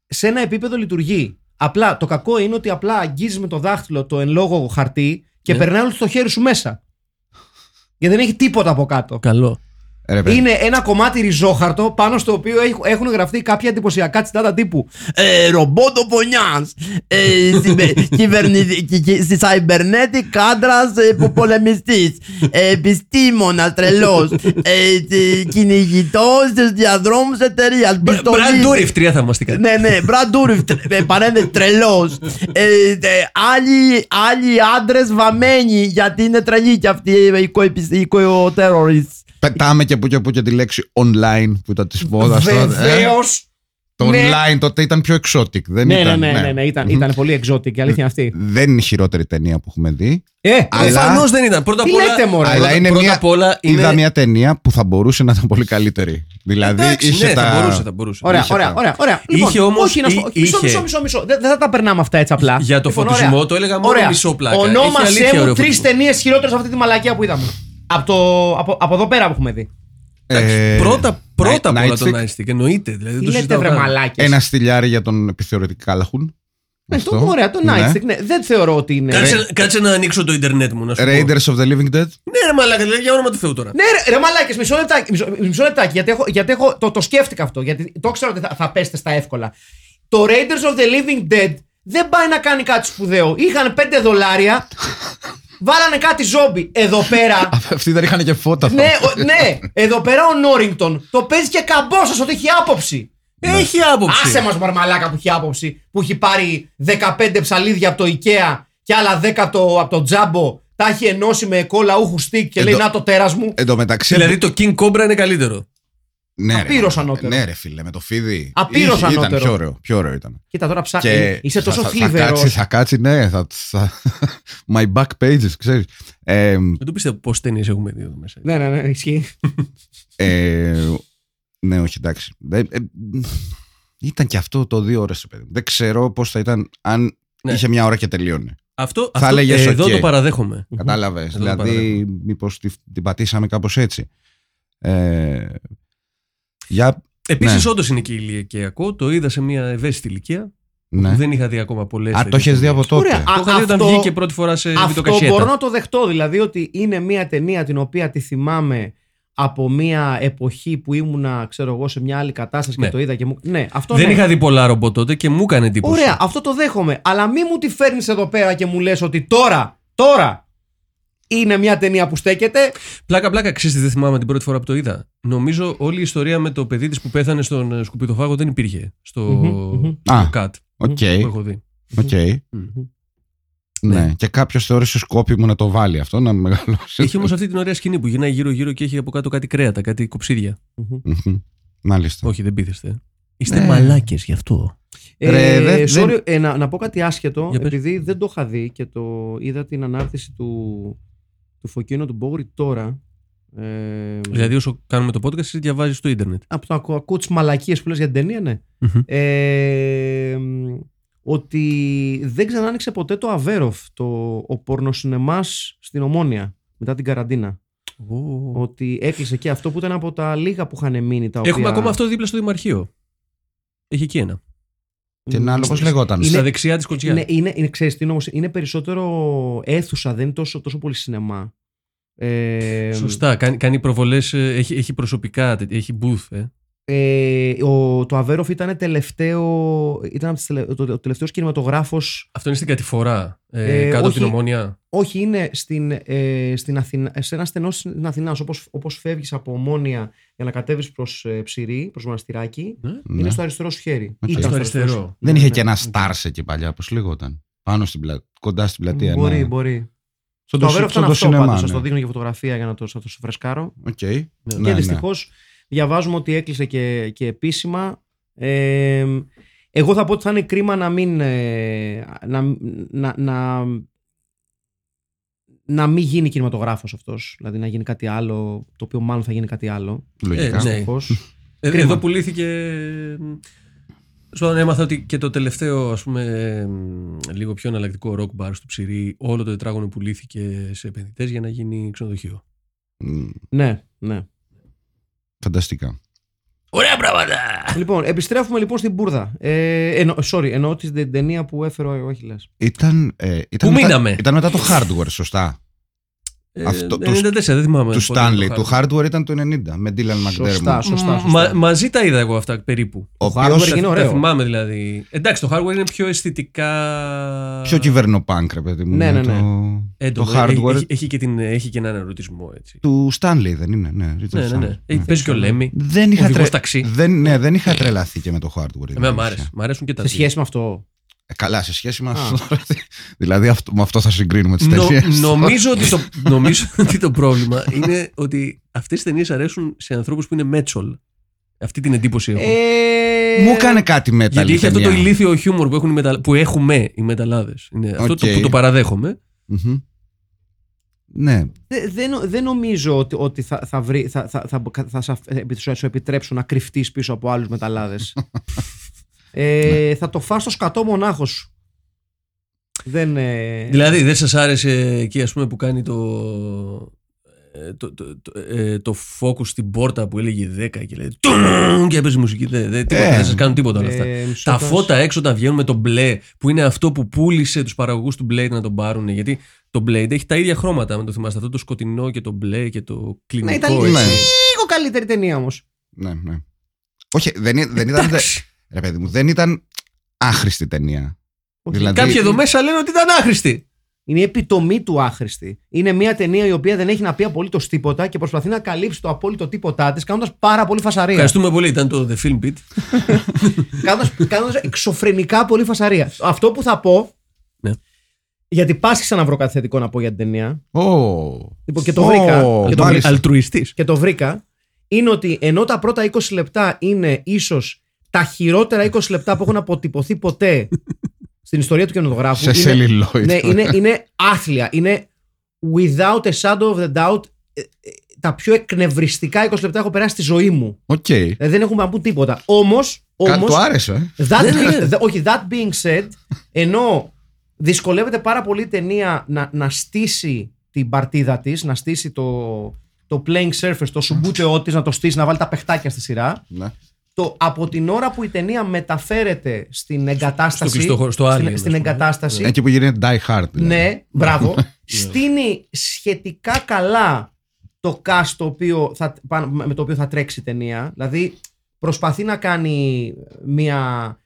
C: σε ένα επίπεδο λειτουργεί. Απλά το κακό είναι ότι απλά αγγίζεις με το δάχτυλο το εν λόγω χαρτί και
D: Ναι.
C: περνάει όλο το χέρι σου μέσα. Γιατί δεν έχει τίποτα από κάτω.
D: Καλό.
E: Ρε, παιδί.
C: Είναι ένα κομμάτι ριζόχαρτο πάνω στο οποίο έχ- έχουν γραφτεί κάποια εντυπωσιακά τσιτάτα τύπου ε, «Ρομπότο πονιάς, ε, συμπε- κυβερνη- κυ- κυ- στη Cybernetic άντρας ε, που πολεμιστής, ε, επιστήμονας τρελός, ε, τσι- κυνηγητός στους διαδρόμους εταιρείας, πιστολής».
D: Μπραντούριφ, τρία θαυμαστικά.
C: Ναι, ναι, Μπραντούριφ, παρέντε τρελό. άλλοι, άλλοι άντρες βαμμένοι, γιατί είναι τρελοί κι αυτοί οι οικοτεροριστέ.
E: Πετάμε και που και που και τη λέξη online που ήταν τη μόδα.
C: Βεβαίω.
E: ε. Το
C: ναι.
E: online τότε ήταν πιο exotic. Δεν
C: Ναι, ναι,
E: ήταν,
C: ναι, ναι, ναι, ήταν, ήταν πολύ εξώτικη, η αλήθεια είναι αυτή.
E: Δεν είναι η χειρότερη ταινία που έχουμε δει.
C: Ε,
E: αλλά-
D: Προφανώς δεν ήταν. Πρώτα
C: Τι
D: απ' όλα.
C: λέτε, μωρέ.
D: πρώτα-
E: Αλλά είναι
D: πρώτα
E: μια-
D: απ' όλα είναι.
E: Είδα μια ταινία που θα μπορούσε να ήταν πολύ καλύτερη. Δηλαδή
D: Εντάξει,
E: είχε
D: ναι,
E: τα.
D: θα μπορούσε, θα μπορούσε.
C: Ωραία,
E: είχε
C: ωραία,
E: τα-
C: ωραία, ωραία. Λοιπόν,
D: Είχε όμως-
C: όχι, να σου πω,
D: εί-
C: όχι, μισό,
D: είχε-
C: μισό, μισό, μισό. Δεν, δεν θα τα περνάμε αυτά έτσι απλά. Λοιπόν,
D: Για το φωτισμό
C: ωραία.
D: το έλεγα μόνο
C: Ωραία.
D: μισό πλάκα. Έχει αλήθεια
C: Ονόμασέ μου
D: ωραίο
C: τρεις
D: φωτισμό.
C: ταινίες χειρότερες από αυτή τη μαλακία που είδαμε. Από, το, από, από εδώ πέρα που έχουμε δει.
E: Ε,
D: Πρώτα, πρώτα απ'
E: Night-
D: όλα το
E: Nightstick.
D: Nightstick. Εννοείται. Δηλαδή, δεν
C: Τι
D: το
C: λέτε,
D: συζητάω
C: βρε
D: καν.
C: μαλάκες.
E: Ένα στυλιάρι για τον επιθεωρητή Κάλαχουν.
C: Ε, το- Ωραία, το Nightstick. ναι. Δεν θεωρώ ότι είναι.
D: Κάτσε, κάτσε να ανοίξω το Ιντερνετ μου, να σου πω.
E: Raiders of the Living Dead.
D: Ναι, ρε μαλάκα, δηλαδή, για όνομα του Θεού τώρα.
C: Ναι, ρε, ρε μαλάκες, μισό λεπτάκι. Μισό, μισό λεπτάκι γιατί έχω, γιατί έχω, το, το σκέφτηκα αυτό. Γιατί το ξέρω ότι θα, θα πέστε στα εύκολα. Το Raiders of the Living Dead δεν πάει να κάνει κάτι σπουδαίο. Είχαν 5 δολάρια, βάλανε κάτι ζόμπι. Εδώ πέρα.
E: Αυτοί δεν είχαν και φώτα.
C: ναι, ο- ναι, εδώ πέρα ο Νόριγκτον το παίζει και καμπόσας ότι έχει άποψη.
D: Έχει άποψη.
C: Ναι. Άσε μας μαρμαλάκα που έχει άποψη που έχει πάρει 15 ψαλίδια από το IKEA και άλλα 10 από το, από το Τζάμπο. Τα έχει ενώσει με κολαούχου στίκ και
E: Ε,
C: λέει
E: το-
C: να το τέρας μου.
E: Εν τω μεταξύ.
D: Δηλαδή το King Cobra είναι καλύτερο.
E: Ναι,
C: απείρως
E: ρε,
C: ανώτερο.
E: Ναι, ρε φίλε, με το φίδι.
C: Απείρως
E: Είχε- Ήταν
C: ανώτερο.
E: πιο ωραίο. Πιο ωραίο ήταν.
C: Κοίτα τώρα ψάχνει.
E: Και
C: Είσαι τόσο
E: θα, θα, θα
C: θλιβερός.
E: κάτσει, θα κάτσει, ναι. Θα, θα... My back pages, ξέρεις. Ε,
D: Δεν το πιστεύω πόσες ταινίες έχουμε δει εδώ μέσα.
C: Ναι, ναι, ναι, ισχύει.
E: ε, ναι, όχι, εντάξει. Δεν- ε, ήταν και αυτό το δύο ώρες, παιδί. μου. Δεν ξέρω πώς θα ήταν αν
D: Ναι.
E: είχε μια ώρα και τελειώνει.
D: Αυτό,
E: Θα
D: αυτό
E: λέγες,
D: εδώ
E: οκ.
D: το παραδέχομαι.
E: Κατάλαβες.
D: Εδώ
E: Δηλαδή,
D: παραδέχομαι.
E: μήπως την πατήσαμε κάπως έτσι. Ε, για.
D: Επίσης,
E: Ναι.
D: όντως είναι και ηλικιακό. Το είδα σε μια ευαίσθητη ηλικία.
E: Ναι.
D: Δεν είχα δει ακόμα πολλές.
E: Α, το έχει δει από τότε.
C: Ωραία.
D: Το
C: Α,
D: είχα δει όταν
C: αυτό-
D: βγήκε πρώτη φορά σε
C: Αυτό
D: βιντεοκασέτα.
C: μπορώ να το δεχτώ. Δηλαδή ότι είναι μια ταινία την οποία τη θυμάμαι από μια εποχή που ήμουνα, ξέρω εγώ, σε μια άλλη κατάσταση
D: Ναι.
C: και το είδα και μου. Ναι, αυτό
D: Δεν
C: ναι.
D: είχα δει πολλά ρομπότ τότε και μου έκανε εντύπωση.
C: Ωραία, αυτό το δέχομαι. Αλλά μη μου τη φέρνεις εδώ πέρα και μου λες ότι τώρα, τώρα είναι μια ταινία που στέκεται.
D: Πλάκα, πλάκα, ξέρεις τι δεν θυμάμαι την πρώτη φορά που το είδα. Νομίζω όλη η ιστορία με το παιδί της που πέθανε στον ε, σκουπιδοφάγο δεν υπήρχε στο,
C: Μμμ, μμμ. ε,
E: Α.
D: στο cut
E: Οκ.
D: που έχω δει.
E: Οκ. Ναι. Και κάποιος θεώρησε σκόπιμο να το βάλει αυτό, να μεγαλώσει.
D: Έχει όμως αυτή την ωραία σκηνή που γυρνάει γύρω-γύρω και έχει από κάτω κάτι κρέατα, κάτι κοψίδια.
E: Μμμ.
C: Ναι.
E: Μάλιστα.
D: Όχι, δεν πείθεστε. Είστε μαλάκες γι' αυτό.
E: Ρε,
C: ε,
E: δεν-
C: sorry,
E: δεν-
C: ε, να, να πω κάτι άσχετο,
D: Για πες.
C: επειδή δεν το είχα δει και το είδα την ανάρτηση του, του Φωκίνο του Μπόγρη τώρα. Ε,
D: Δηλαδή, όσο κάνουμε το podcast, εσύ διαβάζεις το Ιντερνετ.
C: από το ακού, ακούω τις μαλακίες που λες για την ταινία, ναι. Ε, μ, ότι δεν ξανάνοιξε ποτέ το Αβέροφ, το, ο πορνοσινεμάς στην Ομόνια, μετά την καραντίνα. Ότι έκλεισε και αυτό που ήταν από τα λίγα που είχαν μείνει τα οποία...
D: Έχουμε ακόμα αυτό δίπλα στο Δημαρχείο. Έχει εκεί ένα.
E: Και ένα άλλο, πώ λεγόταν.
D: Στα δεξιά της κοτσιά.
C: Είναι, Ναι, είναι, είναι, ξέρεις τι είναι όμως, είναι περισσότερο αίθουσα, δεν είναι τόσο, τόσο πολύ σινεμά. Ε,
D: Σωστά. Κάνει, κάνει προβολές. Έχει, έχει προσωπικά. τε- Έχει booth. Ε.
C: Ε, ο, το Αβέροφ ήταν τελευταίο, ήταν από τις τελε- το, το τελευταίος κινηματογράφος,
D: Αυτό είναι στην κατηφορά. Ε,
C: Ε,
D: κάτω από
C: όχι.
D: την ομόνια.
C: όχι είναι στην, ε, στην Αθηνα, σε ένα στενό στην Αθηνάς, όπως, όπως φεύγεις από Ομόνια για να κατέβεις προς ε, Ψηρή, προς Μοναστηράκι, είναι στο αριστερό σου χέρι.
E: Οκ.
C: Ήταν
E: Στο
D: αριστερό.
C: σου-
E: Ναι. Δεν είχε και ένα
C: Ναι.
E: stars εκεί παλιά, πώ λεγόταν. Πάνω στην πλα... κοντά στην πλατεία.
C: Μπορεί,
E: ένα-
C: μπορεί. Το
E: Σαν το,
C: Αβέροφ
E: σαν
C: ήταν
E: το
C: αυτό
E: σινεμά.
C: πάντως, σας
E: ναι.
C: το δείχνω για φωτογραφία για να το, να το σε φρεσκάρω.
E: Οκ.
D: Και
E: Ναι,
C: και
E: ναι.
C: δυστυχώς διαβάζουμε ότι έκλεισε και, και επίσημα. Ε, εγώ θα πω ότι θα είναι κρίμα να μην. ε, να, να, να, να μην γίνει κινηματογράφος αυτός. Δηλαδή να γίνει κάτι άλλο, το οποίο μάλλον θα γίνει κάτι άλλο.
E: Λογικά.
D: Ε, ναι.
C: Δυστυχώς.
D: Ε,
C: Κρίμα.
D: Εδώ πουλήθηκε. Σου έμαθα ότι και το τελευταίο, ας πούμε, εμ, λίγο πιο εναλλακτικό rock bar στο Ψηρή, όλο το τετράγωνο πουλήθηκε σε επενδυτές για να γίνει ξενοδοχείο.
E: Μ,
C: ναι, ναι.
E: Φανταστικά.
D: Ωραία πράγματα!
C: Λοιπόν, επιστρέφουμε λοιπόν στην Μπούρδα. Ε, εννο, sorry, εννοώ την την ταινία που έφερε ο Αχιλέας.
E: Ήταν, ε, ήταν,
D: Πού
E: μετά,
D: μείναμε?
E: ήταν μετά το hardware, σωστά.
D: Ε,
E: Αυτό-
D: 94, δεν θυμάμαι.
E: του
D: πότε ήταν
E: Stanley.
D: το
E: Το hardware ήταν το 90 με Dylan
C: Σωστά,
E: McDermott.
C: σωστά.
D: Μα-
C: σωστά.
D: μαζί τα είδα εγώ αυτά περίπου.
E: Ο
C: Το hardware
E: οποίος
C: είναι
D: Τα
C: ωραίο.
D: θυμάμαι δηλαδή. Εντάξει, το hardware είναι πιο αισθητικά.
E: πιο κυβερνοπάνκ, ρε παιδί μου.
C: Ναι,
E: είναι
C: ναι, ναι.
E: το-
D: έντονο. Ε,
E: Το hardware
D: Έχει, έχει, και την, έχει και έναν ερωτισμό έτσι.
E: του Stanley, δεν είναι. Ναι, Richard
D: Ναι, ναι, ναι.
E: Stanley.
D: Έχει- Παίζει και ο Λέμι.
E: Δεν είχα,
D: Οδηγός
E: τρε-
D: ταξί.
E: δεν, ναι, δεν είχα τρελαθεί και με το hardware.
D: Εμένα
E: είναι
D: μ'
E: αλήθεια.
D: άρεσε. Μ' αρέσουν και τα
C: Σε
D: δύο.
C: σχέση με αυτό.
E: Ε, καλά, σε σχέση με
C: Α.
E: αυτό. δηλαδή αυτό, με αυτό θα συγκρίνουμε τις
D: Νο-
E: ταινίες.
D: νομίζω, ότι το, νομίζω ότι το πρόβλημα είναι ότι αυτές τις ταινίες αρέσουν σε ανθρώπους που είναι μέτσολ. Αυτή την εντύπωση έχω.
C: Ε,
E: Μου έκανε κάτι με τα
D: Γιατί έχει αυτό το
E: λιθανιά.
D: ηλίθιο χιούμορ που, έχουν οι μετα- που έχουμε οι μεταλλάδες. Είναι αυτό το
E: Οκ.
D: που το παραδέχομαι.
E: Μμμ. Ναι,
C: Δε- Δεν, νο- δεν νομίζω ότι, ότι θα, θα, βρει, θα, θα, θα, θα σε αφ- επι- σου- σου επιτρέψουν να κρυφτείς πίσω από άλλους μεταλλάδες.
D: Ναι.
C: ε, θα το φας στο σκατό μονάχος σου. Δεν... ε,
D: Δηλαδή δεν σας άρεσε εκεί ας πούμε που κάνει το... ε, Το, το, το, ε, το focus στην πόρτα που έλεγε 10 και λέει «Τουμ» και έπαιζε μουσική. Δεν, δεν, τίποτα,
E: Ε,
D: δεν σας κάνουν τίποτα όλα αυτά.
C: ε, μισό
D: Τα
C: λεπτό.
D: φώτα έξω τα βγαίνουν με τον μπλε, που είναι αυτό που πούλησε τους παραγωγούς του Blade να τον πάρουν. Γιατί το Blade έχει τα ίδια χρώματα, αν το θυμάστε. Αυτό το σκοτεινό και το μπλε και το κλινικό.
C: Ναι, ήταν
D: έτσι.
E: ναι.
C: λίγο καλύτερη ταινία όμως.
E: ναι, ναι. Όχι, δεν, εί- δεν ήταν. Ρε παιδί μου, δεν ήταν άχρηστη ταινία.
C: Όχι.
E: Δηλαδή-
D: Κάποιοι εδώ μέσα λένε ότι ήταν
C: Ναι.
D: άχρηστη.
C: Είναι η επιτομή του άχρηστη. Είναι μια ταινία η οποία δεν έχει να πει απολύτως τίποτα και προσπαθεί να καλύψει το απόλυτο τίποτά της, κάνοντας πάρα πολύ φασαρία.
D: Ευχαριστούμε πολύ. Ήταν το The Film Beat.
C: Κάνοντας, κάνοντας εξωφρενικά πολύ φασαρία. Αυτό που θα πω.
D: Ναι.
C: Γιατί πάσχησα να βρω κάτι θετικό να πω για την ταινία.
E: Oh.
C: Λοιπόν, και το βρήκα. Και το,
E: μάλιστα.
D: Αλτρουιστής.
C: και το βρήκα. Είναι ότι ενώ τα πρώτα 20 λεπτά είναι ίσως τα χειρότερα 20 λεπτά που έχουν αποτυπωθεί ποτέ στην ιστορία του κινηματογράφου.
E: Σε
C: είναι-
E: σελιλόιτ.
C: ναι, είναι, είναι άθλια. Είναι without a shadow of the doubt ε, ε, τα πιο εκνευριστικά 20 λεπτά έχω περάσει στη ζωή μου.
E: Οκ.
C: Δηλαδή δεν έχουμε να πούμε τίποτα. Όμως.
E: Κα- Το άρεσε. ε.
C: That being, the- όχι, that being said, ενώ δυσκολεύεται πάρα πολύ η ταινία να, να στήσει την παρτίδα της, να στήσει το, το playing surface, το σουμπούτεό της, να το στήσει, να βάλει τα παιχτάκια στη σειρά.
E: Ναι.
C: Το, από την ώρα που η ταινία μεταφέρεται στην εγκατάσταση,
D: κλειστό χώρο, στο Alien,
C: στην,
D: ας
C: στην
D: πούμε.
C: εγκατάσταση,
E: Εκεί που γίνεται Die Hard. δηλαδή.
C: ναι, μπράβο. Στείνει σχετικά καλά το cast το οποίο θα, πάνω- με το οποίο θα τρέξει η ταινία. Δηλαδή προσπαθεί να κάνει μια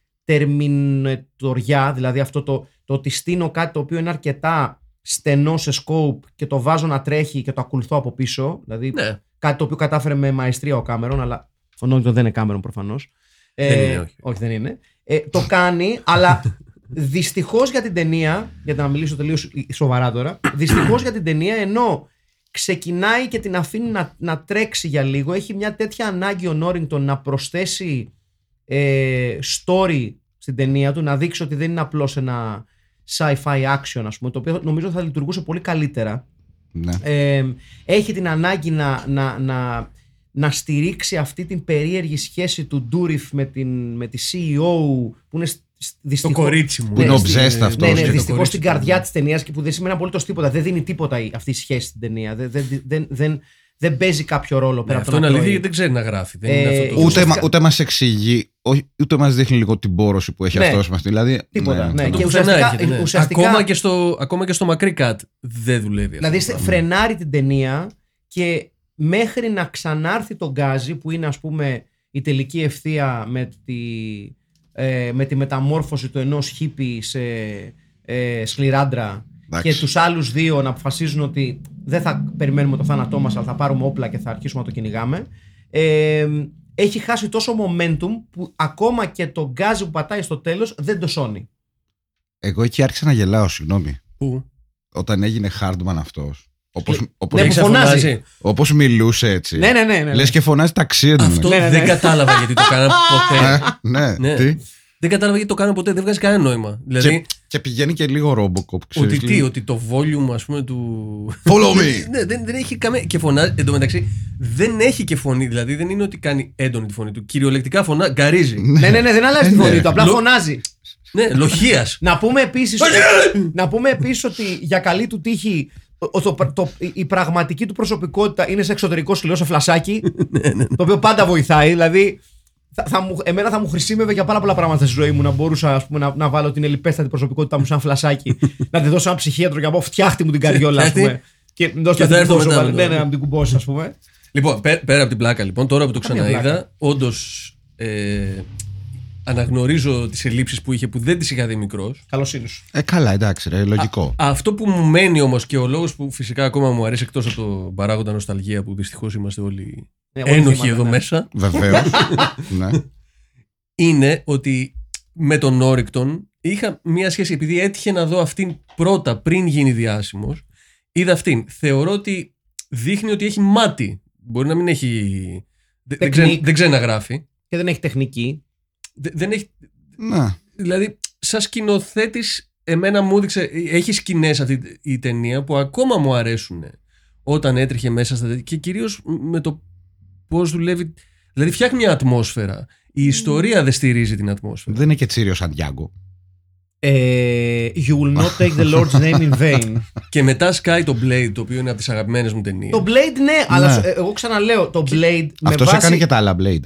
C: τερμινετοριά, δηλαδή αυτό το, το ότι στείνω κάτι το οποίο είναι αρκετά στενό σε scope και το βάζω να τρέχει και το ακολουθώ από πίσω. Δηλαδή
D: Ναι.
C: κάτι το οποίο κατάφερε με μαεστρία ο Κάμερον, αλλά ο Νόγκτον δεν είναι Κάμερον προφανώς.
D: Δεν είναι, όχι.
C: δεν είναι. Ε, το κάνει, αλλά δυστυχώς για την ταινία, για να μιλήσω τελείως σοβαρά τώρα, δυστυχώς για την ταινία ενώ ξεκινάει και την αφήνει να, να τρέξει για λίγο, έχει μια τέτοια ανάγκη ο Νόρινγκτον να προσθέσει ε, story στην ταινία του, να δείξει ότι δεν είναι απλώς ένα sci-fi action, ας πούμε, το οποίο νομίζω θα λειτουργούσε πολύ καλύτερα
E: Ναι.
C: ε, έχει την ανάγκη να, να, να, να στηρίξει αυτή την περίεργη σχέση του Ντούριφ με, την, με τη CEO E που είναι σ- δυστυχώς-
D: Το κορίτσι μου.
E: Που είναι
C: Ναι,
E: ο
C: στη-
E: ψέστα αυτός.
C: Ναι, ναι,
D: το
C: δυστυχώς
D: κορίτσι
C: στην καρδιά της ταινίας και που δεν σημαίνει απολύτως τίποτα. Δεν δίνει τίποτα η- αυτή η σχέση στην ταινία. Δεν, δεν, δεν, δεν, δεν παίζει κάποιο ρόλο πέρα από
D: Ναι, αυτό
C: το
D: είναι
C: να
D: αλήθεια
C: τρώει.
D: γιατί δεν ξέρει να γράφει. Δεν
C: Ε,
D: είναι αυτό το...
E: Ούτε, μα, ούτε μας εξηγεί, όχι- ούτε μας δείχνει λίγο την πόρωση που έχει
C: Ναι.
E: αυτός μας. Δηλαδή.
C: Τίποτα. Ναι,
D: το
C: και
D: πουθενά
C: ουσιαστικά-
D: έρχεται, ναι.
C: ουσιαστικά-
D: Ακόμα, και στο, ακόμα και στο μακρύ cut δεν δουλεύει. αυτό
C: Δηλαδή
D: το πράγμα.
C: φρενάρει την ταινία και μέχρι να ξανάρθει το γκάζι που είναι ας πούμε η τελική ευθεία με τη, ε, με τη μεταμόρφωση του ενός χίπι σε ε, σκληράντρα
E: Εντάξει.
C: και τους άλλους δύο να αποφασίζουν ότι δεν θα περιμένουμε το θάνατό μας αλλά θα πάρουμε όπλα και θα αρχίσουμε να το κυνηγάμε ε, έχει χάσει τόσο momentum που ακόμα και το γκάζι που πατάει στο τέλος δεν το σώνει.
E: Εγώ εκεί άρχισα να γελάω, συγγνώμη.
D: Πού?
E: Όταν έγινε Hardman αυτός. Όπως
C: ναι,
D: Έχεις
C: που φωνάζει.
D: αφωνάζει.
E: όπως μιλούσε έτσι.
C: Ναι, ναι, ναι. ναι.
E: Λες και φωνάζει ταξίδι.
D: Αυτό
C: Ναι, ναι, ναι.
D: δεν κατάλαβα γιατί το κάνανε ποτέ.
E: ναι,
D: Ναι.
E: τι.
D: δεν κατάλαβα γιατί το κάνανε ποτέ. Δεν βγάζει κανένα νόημα. Δηλαδή,
E: Και, και πηγαίνει και λίγο Robocop. ξέρεις,
D: ότι τι,
E: λίγο.
D: ότι το volume ας πούμε του...
E: Follow me!
D: ναι, δεν, δεν έχει καμία. Και φωνάζει. Εν τω μεταξύ, δεν έχει και φωνή. Δηλαδή, δεν είναι ότι κάνει έντονη τη φωνή του. Κυριολεκτικά φωνά, γκαρίζει.
C: Ναι, ναι, ναι, δεν αλλάζει τη
E: Ναι.
C: φωνή του. Απλά
D: Λο-
C: φωνάζει.
D: ναι, λοχεία.
C: Να πούμε επίσης ότι, να πούμε επίσης ότι για καλή του τύχη ο- το, το, η πραγματική του προσωπικότητα είναι σε εξωτερικό σκυλό, σε φλασάκι.
D: Ναι,
C: το οποίο πάντα βοηθάει. Δηλαδή, θα, θα μου, εμένα θα μου χρησιμεύε για πάρα πολλά πράγματα στη ζωή μου να μπορούσα ας πούμε, να, να βάλω την ελιπέστατη προσωπικότητά μου σαν φλασάκι. να τη δώσω ένα ψυχίατρο και να πω φτιάχτη μου την καριόλα, ας πούμε. Και, να
D: θα έρθω μετά,
C: Ναι,
D: μετά.
C: ναι, να την κουμπώσει, ας πούμε.
D: λοιπόν, πέ- πέρα από την πλάκα, λοιπόν, τώρα που το
C: Καμία
D: ξαναείδα,
C: πλάκα.
D: όντως αναγνωρίζω τις ελλείψεις που είχε που δεν τις είχα δει μικρός.
C: Καλοσύνη σου.
E: Ε, καλά, εντάξει, ρε, λογικό.
D: Αυτό που μου μένει όμως και ο λόγος που φυσικά ακόμα μου αρέσει εκτός από το παράγοντα νοσταλγία που δυστυχώς είμαστε όλοι
C: Ναι, όλοι
D: ένοχοι
C: θυμάται,
D: εδώ
C: ναι.
D: μέσα.
E: Βεβαίως. ναι.
D: είναι ότι με τον Όρικτον είχα μία σχέση επειδή έτυχε να δω αυτήν πρώτα πριν γίνει διάσημος είδα αυτήν θεωρώ ότι δείχνει ότι έχει μάτι μπορεί να μην έχει δε- δεν
C: Τεχνίκ.
D: ξέρει, δεν ξέρει να γράφει
C: Και δεν έχει τεχνική.
D: Δε- δεν έχει,
E: Να.
D: δηλαδή σαν σκηνοθέτης, εμένα μου έδειξε έχει σκηνές αυτή η ταινία που ακόμα μου αρέσουν όταν έτρεχε μέσα στα τέτοια και κυρίως με το πώς δουλεύει δηλαδή φτιάχνει μια ατμόσφαιρα η ιστορία δεν στηρίζει την ατμόσφαιρα
E: Δεν είναι και τσίριο Σαντιάγκο.
C: Ε, you will not take the Lord's name in vain.
D: Και μετά σκάει το Blade, το οποίο είναι από τις αγαπημένες μου ταινίες.
C: Το Blade ναι, αλλά
E: Ναι.
C: σου- ε, εγώ ξαναλέω το Blade με
E: Αυτός
C: βάση...
E: έκανε και τα άλλα Blade.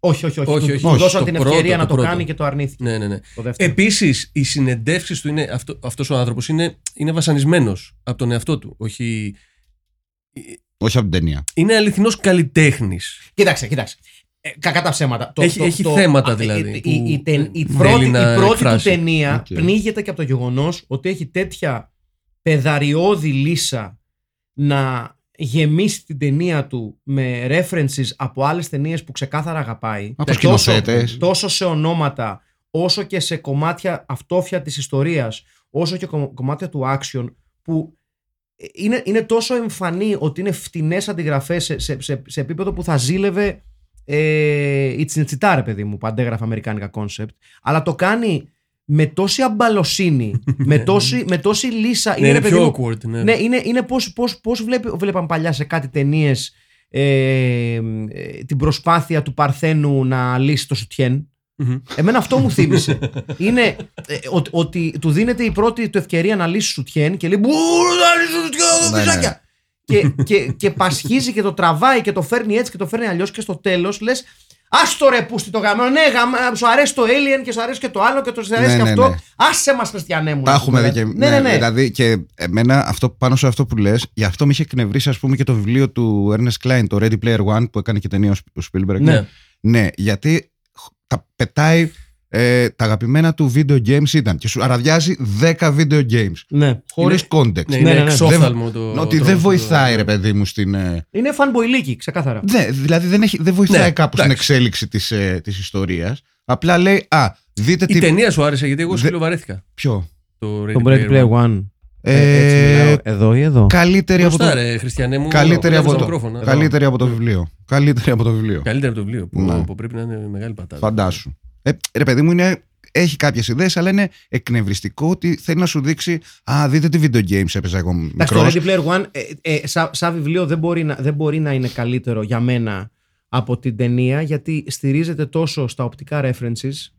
C: Όχι, όχι, όχι.
D: Όχι,
C: του-
D: όχι,
C: Του
D: όχι.
C: δώσαν
D: Το
C: την
D: πρώτο,
C: ευκαιρία
D: το
C: να το
D: πρώτο.
C: κάνει και το αρνήθηκε.
D: Ναι, ναι, ναι.
C: Το δεύτερο.
D: Επίσης, οι συνεντεύξεις του είναι. Αυτό, αυτός ο άνθρωπος είναι, είναι βασανισμένος από τον εαυτό του. Όχι.
E: Όχι από την ταινία.
D: Είναι αληθινός καλλιτέχνης.
C: Κοίταξε, κοίταξε. Ε, κακά τα ψέματα. Το,
D: Έχει-
C: το-
D: έχει
C: το-
D: θέματα,
C: α,
D: δηλαδή,
C: Η,
D: που
C: η, η, τε- η
D: θέλει
C: πρώτη, η
D: να
C: πρώτη του
D: εκφράσει.
C: ταινία
E: Οκ.
C: πνίγεται και από το γεγονός ότι έχει τέτοια πεδαριώδη λύσα να γεμίσει την ταινία του με references από άλλες ταινίες που ξεκάθαρα αγαπάει.
E: Από
C: τόσο,
E: σκηνοθέτες.
C: τόσο σε ονόματα, όσο και σε κομμάτια αυτόφια της ιστορίας, όσο και κομ- κομμάτια του action που Ε, είναι, είναι τόσο εμφανή ότι είναι φτηνές αντιγραφές σε, σε, σε, σε επίπεδο που θα ζήλευε ε, η τσιντσιτά, ρε παιδί μου, που αντέγραφε αμερικάνικα κόνσεπτ. Αλλά το κάνει με τόση αμπαλοσύνη, με, τόση, με τόση λύσα.
D: Ναι, είναι
C: ρε παιδί
D: πιο
C: μου,
D: awkward. Ναι.
C: ναι, είναι, είναι πώς, πώς, πώς βλέπει, βλέπαν παλιά σε κάτι ταινίες ε, ε, την προσπάθεια του Παρθένου να λύσει το σουτιέν.
D: Μμμ.
C: Εμένα αυτό μου θύμισε. είναι ε, ο- ότι του δίνεται η πρώτη του ευκαιρία να λύσει σουτιέν και λέει Μπου, να λύσω σουτιέν,
E: Ναι, ναι.
C: πιζάκια. και, και, και πασχίζει και το τραβάει και το φέρνει έτσι και το φέρνει αλλιώς και στο τέλος λες. Άστο ρε πούστη το γαμένο. Ναι, γαμ- σου αρέσει το Alien και σου αρέσει και το άλλο και το σου αρέσει
E: Ναι,
C: και
E: ναι,
C: αυτό.
E: ναι.
C: Άσε μα, Χριστιανέ μου.
E: Τα
C: να
E: έχουμε δει
C: πούμε.
E: και.
C: Ναι, ναι, ναι.
E: Δηλαδή και εμένα αυτό, πάνω σε αυτό που λες, γι' αυτό με είχε εκνευρίσει, ας πούμε, και το βιβλίο του Ernest Klein, το Ready Player One, που έκανε και ταινία ο Σπ- ο Spielberg.
D: Ναι.
E: Ναι, γιατί χ- τα πετάει. ε, τα αγαπημένα του video games ήταν και σου αραδιάζει 10 video games
C: Ναι.
E: χωρίς context.
D: Ναι,
C: ναι,
D: είναι
C: ναι, ναι.
D: εξόφθαλμο το.
E: Ναι, ότι
D: το-
E: δεν
D: το-
E: βοηθάει, ρε παιδί μου, στην. ε,
C: Είναι fanboylίκι, ξεκάθαρα.
E: Ναι, δηλαδή δεν, έχει, δεν βοηθάει
D: Ναι,
E: κάπου στην
D: εντάξει.
E: εξέλιξη της, ε, της ιστορίας. Απλά λέει, α, δείτε
D: Η
E: τι...
D: ταινία σου άρεσε γιατί εγώ
E: Δε-
D: σκυλοβαρέθηκα.
E: Ποιο.
D: Το
C: Το Ready Player One.
E: Ε,
C: εδώ ή εδώ.
E: καλύτερη από
D: Μπροστά,
E: το...
D: ρε, Χριστιανέ μου.
E: Καλύτερη
D: κοντά
E: από,
D: στα
E: το...
D: μικρόφωνα. Εδώ.
E: καλύτερη από το βιβλίο. Καλύτερη από το βιβλίο.
D: Καλύτερη από το βιβλίο. Που,
E: Ναι.
D: που πρέπει να είναι μεγάλη πατάτα.
E: Φαντάσου. Ε, ρε παιδί μου, είναι... έχει κάποιες ιδέες, αλλά είναι εκνευριστικό ότι θέλει να σου δείξει Α, δείτε τι video games έπαιζα εγώ
C: Εντάξει, το
E: μικρός.
C: Ready Player One, ε, ε, σαν σα βιβλίο, δεν μπορεί, να, δεν μπορεί να είναι καλύτερο για μένα από την ταινία, γιατί στηρίζεται τόσο στα οπτικά references που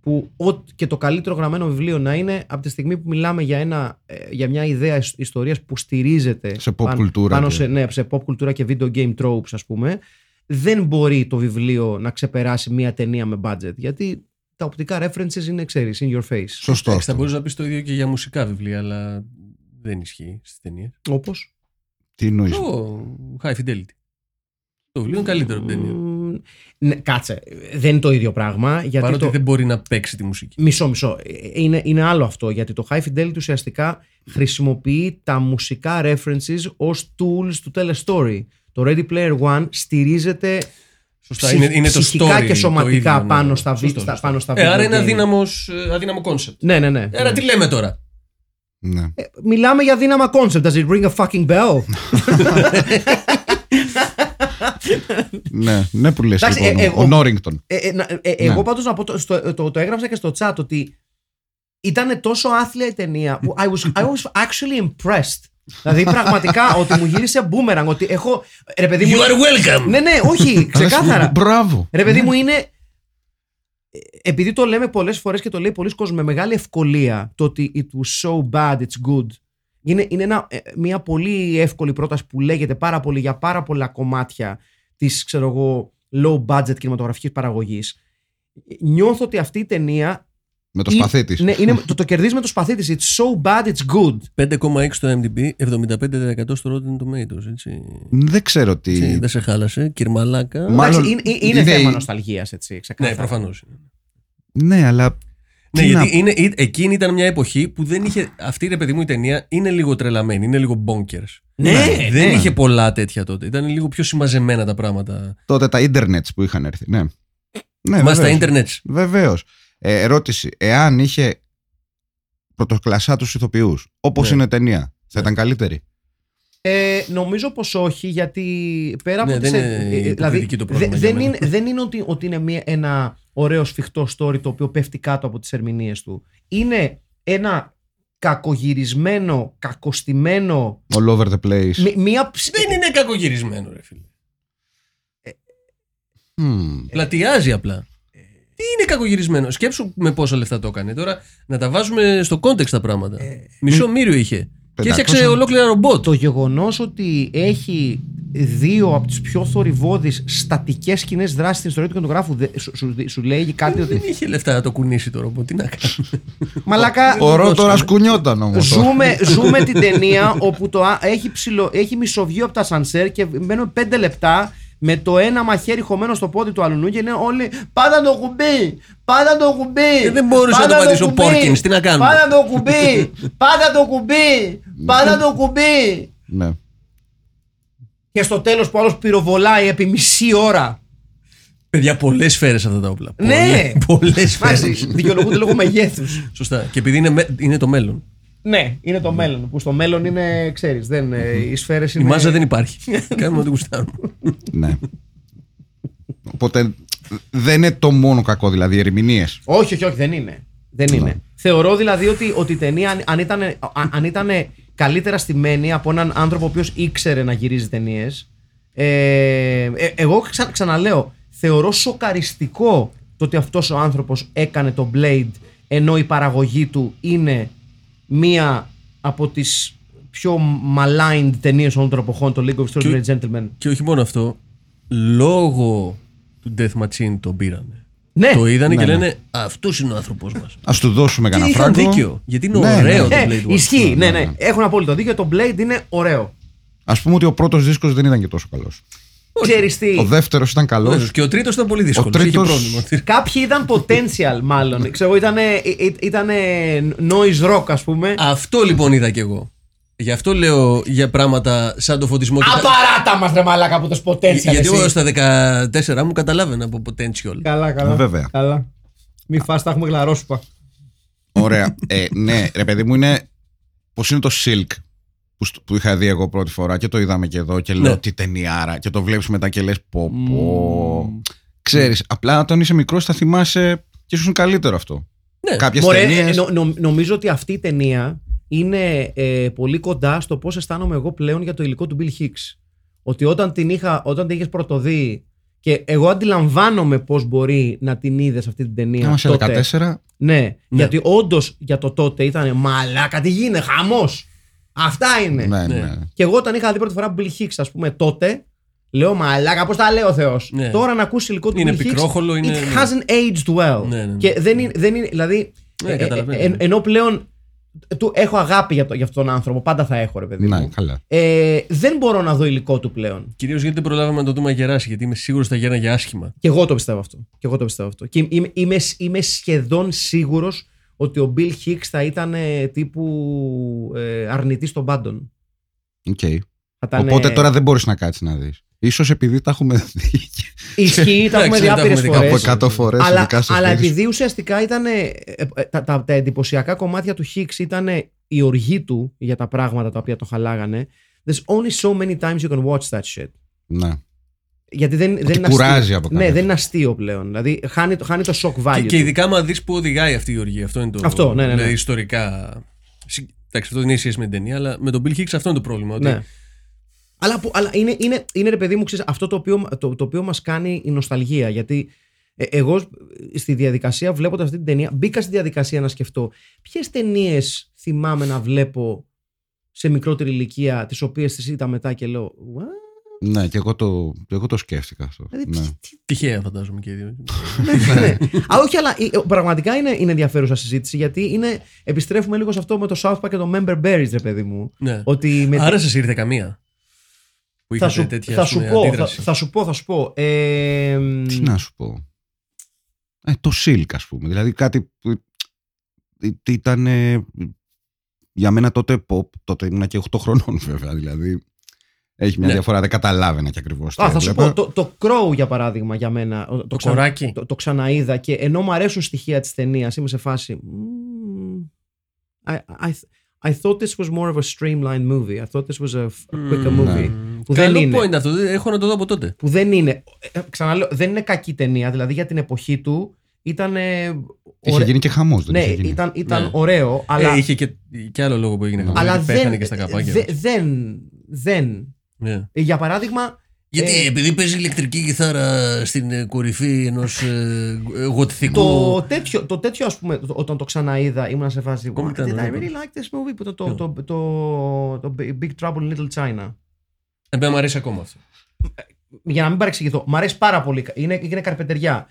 C: που ό,τι και το καλύτερο γραμμένο βιβλίο να είναι από τη στιγμή που μιλάμε για, ένα, ε, για μια ιδέα ισ- ιστορίας που στηρίζεται
E: Σε pop
C: πάνω-
E: κουλτούρα
C: πάνω
E: και-
C: σε, ναι, σε pop κουλτούρα και video game tropes ας πούμε δεν μπορεί το βιβλίο να ξεπεράσει μια ταινία με budget γιατί τα οπτικά references είναι ξέρεις in your face
D: Εντάξει,
E: Σωστό.
D: θα
E: αυτό.
D: μπορούσε να πεις το ίδιο και για μουσικά βιβλία, αλλά δεν ισχύει στις ταινίες.
C: όπως
E: Τι εννοείς.
D: Το High Fidelity. Το βιβλίο είναι καλύτερο από την ταινία.
C: Μμμ, ναι, κάτσε δεν είναι το ίδιο πράγμα γιατί
D: Παρότι
C: το...
D: δεν μπορεί να παίξει τη μουσική.
C: Μισό, μισό. Ε, Είναι, είναι άλλο αυτό, γιατί το High Fidelity ουσιαστικά χρησιμοποιεί τα μουσικά references ως tools του tell a story. Το Ready Player One στηρίζεται
D: Σωστά.
C: ψυχ-
D: είναι, είναι το
C: ψυχικά
D: story.
C: και σωματικά
D: το ίδιο,
C: πάνω,
D: ναι.
C: στα, βι-
D: Σωστό,
C: στα-
D: σωστό.
C: πάνω στα
D: Ε, άρα
C: video
D: είναι
C: game.
D: αδύναμος, ε, αδύναμο κόνσεπτ.
C: Ναι, ναι, ναι.
D: Άρα τι λέμε τώρα.
E: Ναι.
C: Ε, Μιλάμε για δύναμα concept. Does it ring a fucking bell?
E: ναι. ναι, που λες.
C: Εντάξει,
E: Λοιπόν,
C: ε, εγώ-
E: ο Νόριγκτον.
C: Ε, ε, να- ε, ε,
E: Ναι.
C: Εγώ πάντως να πω, το, στο- ε, το, το έγραψα και στο chat ότι ήταν τόσο άθλια η ταινία που I was, I was actually impressed. δηλαδή πραγματικά ότι μου γύρισε μπούμεραν, ότι έχω... Ρε παιδί μου,
D: welcome.
C: Ναι, ναι, όχι, ξεκάθαρα.
E: Μπράβο.
C: Ρε παιδί μου είναι. ε, Επειδή το λέμε πολλές φορές και το λέει πολλοί κόσμοι με μεγάλη ευκολία το ότι it was so bad, it's good. Είναι, είναι ένα, ε, μια πολύ εύκολη πρόταση που λέγεται πάρα πολύ για πάρα πολλά κομμάτια της, ξέρω εγώ, low budget κινηματογραφικής παραγωγής. Νιώθω ότι αυτή η ταινία.
E: Με το
C: ή-
E: σπαθί της.
C: Ναι, είναι, το, το κερδίζεις με το σπαθί της. It's so bad, it's good.
D: 5,6 στο MDB, 75% στο Rotten Tomatoes. Έτσι.
E: Δεν ξέρω τι.
D: έτσι δεν σε χάλασε. Κυρμαλάκα.
E: Μα- Μάλλον
C: Εντάξει, είναι, είναι,
E: είναι
C: θέμα
E: η-
C: νοσταλγίας, έτσι,
D: Ναι,
C: ξεκάθαρα.
D: προφανώ.
E: Ναι, αλλά.
D: Ναι,
E: τι να-
D: γιατί είναι, ε- εκείνη ήταν μια εποχή που δεν είχε. Αυτή ρε παιδί μου η ταινία είναι λίγο τρελαμένη, είναι λίγο bonkers.
C: Ναι,
D: δεν είχε πολλά τέτοια τότε. Ήταν λίγο πιο συμμαζεμένα τα πράγματα.
E: Τότε τα ίντερνετ που είχαν έρθει. Ναι. Ναι,
D: Μα τα
E: βεβαίως.
D: ίντερνετ.
E: Βεβαίως. Ε, ερώτηση. Εάν είχε πρωτοκλασσά τους ηθοποιούς, όπως
D: Ναι.
E: είναι ταινία, θα ήταν καλύτερη.
C: Ε, νομίζω πως όχι, γιατί πέρα
D: Ναι,
C: από τις...
D: δεν
C: ε,
D: είναι
C: ε, δηλαδή,
D: υποκριτική το πρόβλημα
C: δε-
D: για
C: δεν,
D: μένα.
C: είναι, δεν είναι ότι, ότι είναι μία, ένα ωραίο σφιχτό story το οποίο πέφτει κάτω από τις ερμηνείες του. Είναι ένα κακογυρισμένο, κακοστημένο.
E: All over the place.
C: μ- Μία. ψ-
D: Δεν είναι κακογυρισμένο, ρε φίλε.
E: Μμμ.
D: Πλατιάζει απλά. Τι είναι κακογυρισμένος. Σκέψου με πόσα λεφτά το έκανε. Τώρα να τα βάζουμε στο context τα πράγματα.
E: Ε,
D: Μισό μύριο είχε. Και έφτιαξε
E: 500.
D: ολόκληρα ρομπότ.
C: Το γεγονός ότι έχει δύο από τις πιο θορυβώδεις στατικές σκηνές δράσεις στην ιστορία του κινηματογράφου δε- σου, σου, σου λέει κάτι
D: Δεν
C: ότι.
D: είχε λεφτά να το κουνήσει το ρομπότ. Τι να κάνει.
C: Μαλάκα.
E: Ο Ρο τώρα σκουνιόταν
D: Ναι,
E: όμω.
C: Ζούμε, ζούμε την ταινία όπου το, α- έχει, ψηλο, έχει μισοβγεί από τα σανσέρ και μένουμε πέντε λεπτά με το ένα μαχαίρι χωμένο στο πόδι του αλουνού και είναι όλοι Πάντα το κουμπί! Πάντα το κουμπί!
D: Ε, δεν μπορούσε να
C: πάντα
D: το πατήσει ο
C: κουμπί,
D: Πόρκινς, τι να κάνουμε».
C: Πάντα το κουμπί! Πάντα το κουμπί! Πάντα το κουμπί!
E: Ναι.
C: Και στο τέλος που άλλος πυροβολάει επί μισή ώρα.
D: Παιδιά, πολλές φέρε αυτά τα όπλα.
C: Ναι.
D: Πολλές φέρε.
C: Μάλιστα, δικαιολογούνται λόγω μεγέθους.
D: Σωστά. Και επειδή είναι, με- είναι το μέλλον.
C: Ναι, είναι το μέλλον. Που στο μέλλον είναι, ξέρεις, δεν, ε, οι σφαίρες
D: Η
C: είναι...
D: μάζα δεν υπάρχει. Κάνουμε ό,τι γουστάρουμε.
E: ναι. Οπότε δεν είναι το μόνο κακό, δηλαδή οι ερμηνείες.
C: Όχι, όχι, όχι, δεν είναι. Δεν είναι. Θεωρώ δηλαδή ότι, ότι η ταινία, αν, αν, ήταν, αν- αν ήταν καλύτερα στημένη από έναν άνθρωπο ο οποίος ήξερε να γυρίζει ταινίες. Ε, ε, εγώ ξα, ξαναλέω, θεωρώ σοκαριστικό το ότι αυτός ο άνθρωπος έκανε το Blade ενώ η παραγωγή του είναι μία από τις πιο maligned ταινίες όλων των εποχών, το League of Extraordinary Gentlemen.
D: Και όχι μόνο αυτό. Λόγω του Death Machine τον πήρανε.
C: Ναι,
D: το είδανε
E: ναι,
D: και
E: ναι.
D: λένε Αυτός είναι ο άνθρωπό μας.
E: Ας του δώσουμε
D: Και
E: κανένα
D: είχαν
E: φράγκο.
D: δίκιο. Γιατί είναι
E: Ναι, ναι,
D: ωραίο
E: ναι.
D: το
C: Ε,
D: Blade Watch.
C: ισχύει, ναι, ναι.
E: ναι.
C: Έχουν απόλυτο δίκιο. Το Blade είναι ωραίο.
E: Ας πούμε ότι ο πρώτος δίσκος δεν ήταν και τόσο καλός.
C: Ξέρεις τι.
E: Ο δεύτερος ήταν καλός.
D: Ωραίος. Και ο τρίτος ήταν πολύ δύσκολος. Είχε
E: τρίτος-
D: πρόβλημα.
C: Κάποιοι ήταν potential, μάλλον. Ξέρω, ήταν, noise rock, ας πούμε.
D: Αυτό λοιπόν είδα κι εγώ. Γι' αυτό λέω για πράγματα σαν το φωτισμό. και τα-
C: Απαράτα μας ρε μαλάκα από τους potential.
D: Γιατί
C: εσύ.
D: εγώ στα 14 μου καταλάβαινα από potential.
C: Καλά, καλά.
E: Βέβαια.
C: Καλά. Μη φας, τα έχουμε γλαρόσουπα.
E: Ωραία. Ε, ναι, ρε παιδί μου είναι. Πώς είναι το Silk που, σ- που είχα δει εγώ πρώτη φορά και το είδαμε και εδώ και λέω
D: Ναι.
E: τι ταινιάρα και το βλέπεις μετά και λες πω πω. Ξέρεις, απλά όταν είσαι μικρός θα θυμάσαι και ίσως είναι καλύτερο αυτό.
D: Ναι.
E: Κάποιες
C: Μωρέ,
E: ταινίες...
C: νο- νο- νομίζω ότι αυτή η ταινία είναι ε, πολύ κοντά στο πώς αισθάνομαι εγώ πλέον για το υλικό του Bill Hicks. Ότι όταν την είχα, όταν την είχες πρωτοδεί Και εγώ αντιλαμβάνομαι πώς μπορεί να την είδες αυτή την ταινία.
E: Είμαστε
C: τότε.
E: 14.
C: Ναι, γιατί όντως για το τότε ήταν μαλάκα, τι γίνεται, χαμός. Αυτά είναι.
E: Ναι,
D: Ναι.
E: ναι.
C: Και εγώ όταν είχα δει πρώτη φορά Bill Hicks, ας πούμε, τότε, λέω μαλάκα, πώς τα λέει ο Θεός.
D: Ναι.
C: Τώρα να ακούσεις υλικό του
D: Είναι
C: Bill Hicks,
D: πικρόχολο, είναι-
C: It hasn't aged well.
D: Ναι, ναι, ναι.
C: Και δεν είναι, δεν είναι δηλαδή.
D: Ναι, καταλαβαίνω.
C: εν- ενώ πλέον του έχω αγάπη για, το, για αυτόν τον άνθρωπο, πάντα θα έχω, ρε παιδί. μου.
E: Ναι, καλά.
C: Ε, δεν μπορώ να δω υλικό του πλέον.
D: Κυρίως γιατί δεν προλάβαμε να το δούμε αγεράσει, γιατί είμαι σίγουρος ότι θα γέρναγε άσχημα.
C: Και εγώ το πιστεύω αυτό. Και εγώ το πιστεύω αυτό. Και είμαι, είμαι, είμαι σχεδόν σίγουρος ότι ο Bill Hicks θα ήταν ε, τύπου ε, αρνητής των πάντων.
E: Οκ.
C: Θα ήταν,
E: Οπότε
C: ε,
E: τώρα δεν μπορείς να κάτσεις να δεις. Ίσως επειδή τα έχουμε δει και
C: Ισχύει, τα έχουμε
D: Εντάξει, δεν τα
C: διάφορε
D: έχουμε δει
C: φορέ.
E: από
D: Ωραίες.
E: 100 φορές.
C: Αλλά, αλλά επειδή ουσιαστικά ήταν. τα, τα, τα εντυπωσιακά κομμάτια του Hicks ήταν η οργή του για τα πράγματα τα οποία το χαλάγανε. There's only so many times you can watch that shit.
E: Ναι.
C: Γιατί δεν, δεν είναι
E: κουράζει
C: αστείο.
E: από
C: Ναι,
E: κάποια
C: δεν είναι αστείο πλέον. Δηλαδή χάνει, το- χάνει το shock value.
D: Και, και
C: του.
D: ειδικά άμα δεις που οδηγάει αυτή η οργή. Αυτό είναι το.
C: Αυτό, ναι, ναι, ναι.
D: Δηλαδή, ιστορικά. συ- Εντάξει, αυτό δεν έχει σχέση με την ταινία, αλλά με τον Bill Hicks αυτό είναι το πρόβλημα. Ότι
C: Ναι. Αλλά, που- αλλά είναι, είναι, είναι ρε παιδί μου, ξέρεις, αυτό το οποίο, το, το οποίο μας κάνει η νοσταλγία. Γιατί ε, εγώ στη διαδικασία βλέποντας αυτή την ταινία, μπήκα στη διαδικασία να σκεφτώ ποιες ταινίες θυμάμαι να βλέπω σε μικρότερη ηλικία, τις οποίες τις είδα μετά και λέω «What?»
E: Ναι, και εγώ το, και εγώ το σκέφτηκα αυτό.
C: Δηλαδή,
E: Ναι.
C: ποιες- τι-
D: Τυχαία, φαντάζομαι και οι δύο.
C: ναι. Α, όχι, αλλά ε, πραγματικά είναι, είναι ενδιαφέρουσα συζήτηση γιατί είναι, επιστρέφουμε λίγο σε αυτό με το South Park και το Member Berries, ρε παιδί μου.
D: ναι.
C: Ότι με
D: Άρα σα ήρθε καμία. Που
C: θα
D: είχατε
C: σου,
D: τέτοια
C: θα
D: ας
C: σου
D: πούμε,
C: πω, θα,
D: αντίδραση.
C: θα σου πω, θα σου πω. Ε,
E: Τι να σου πω. Ε, το Silk, ας πούμε. Δηλαδή κάτι που ή- ήταν ε, για μένα τότε pop. Τότε ήμουν και 8 χρονών βέβαια. Δηλαδή έχει μια
D: Ναι.
E: διαφορά. Δεν καταλάβαινα και ακριβώς τι
C: Α, θα σου
E: έβλεπα.
C: πω, το, το Crow για παράδειγμα για μένα. Το,
D: Το κοράκι.
C: Το, το ξαναείδα και ενώ μου αρέσουν στοιχεία της ταινίας, είμαι σε φάση. «Μμμ, I, I, I thought this was more of a streamlined movie. I thought this was a f- quicker
E: ναι.
C: movie. Που δεν
D: Καλό
C: είναι.
D: point αυτό. δεν- Έχω να το δω από τότε.
C: Που δεν είναι. ε, ε, Ξαναλέω, δεν είναι κακή ταινία. Δηλαδή για την εποχή του ήταν. ε,
E: Είχε
C: ωραίο-
E: γίνει και χαμός. Δεν
C: Ναι,
E: είχε γίνει.
C: ήταν, ήταν
D: Ναι.
C: ωραίο, αλλά,
D: Ε, είχε και, και άλλο λόγο που έγινε. χαμός,
C: αλλά
D: γιατί Πέθανε
C: δεν,
D: και στα καπάκια.
C: δε- δεν, δεν.
D: Ναι.
C: Ε, Για παράδειγμα,
D: Γιατί
C: Ε,
D: επειδή παίζει ηλεκτρική κιθάρα στην ε, κορυφή ενός ε, γοτθικού.
C: Το τέτοιο, το τέτοιο ας πούμε, το- όταν το ξαναείδα, ήμουν σε φάση.
D: Κόμμα
C: What,
D: ήταν,
C: did I
D: ναι.
C: really like this movie? Που ήταν το, το, το, το Big Trouble in Little China.
D: Εμένα μου αρέσει ακόμα αυτό.
C: Για να μην παρεξηγηθώ, μ' αρέσει πάρα πολύ. Είναι, είναι καρπετεριά.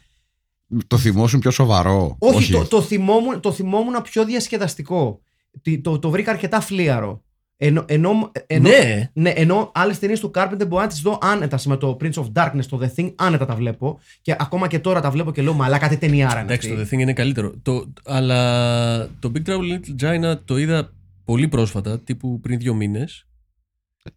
E: Το θυμόσουν πιο σοβαρό.
C: Όχι, Το, το, θυμόμουν, το θυμόμουν πιο διασκεδαστικό. Τι- Το, το βρήκα αρκετά φλίαρο. Ενώ, ενώ, ενώ,
D: Ναι.
C: ναι, ενώ άλλες ταινίες του Carpenter μπορώ να τις δω άνετα. Με το Prince of Darkness, το The Thing, άνετα τα βλέπω. Και ακόμα και τώρα τα βλέπω και λέω Μαλάκα, τι ταινιάρα είναι.
D: Εντάξει, το
C: αυτή».
D: The Thing είναι καλύτερο. Το, αλλά το Big Trouble in Little China το είδα πολύ πρόσφατα, τύπου πριν δύο μήνες.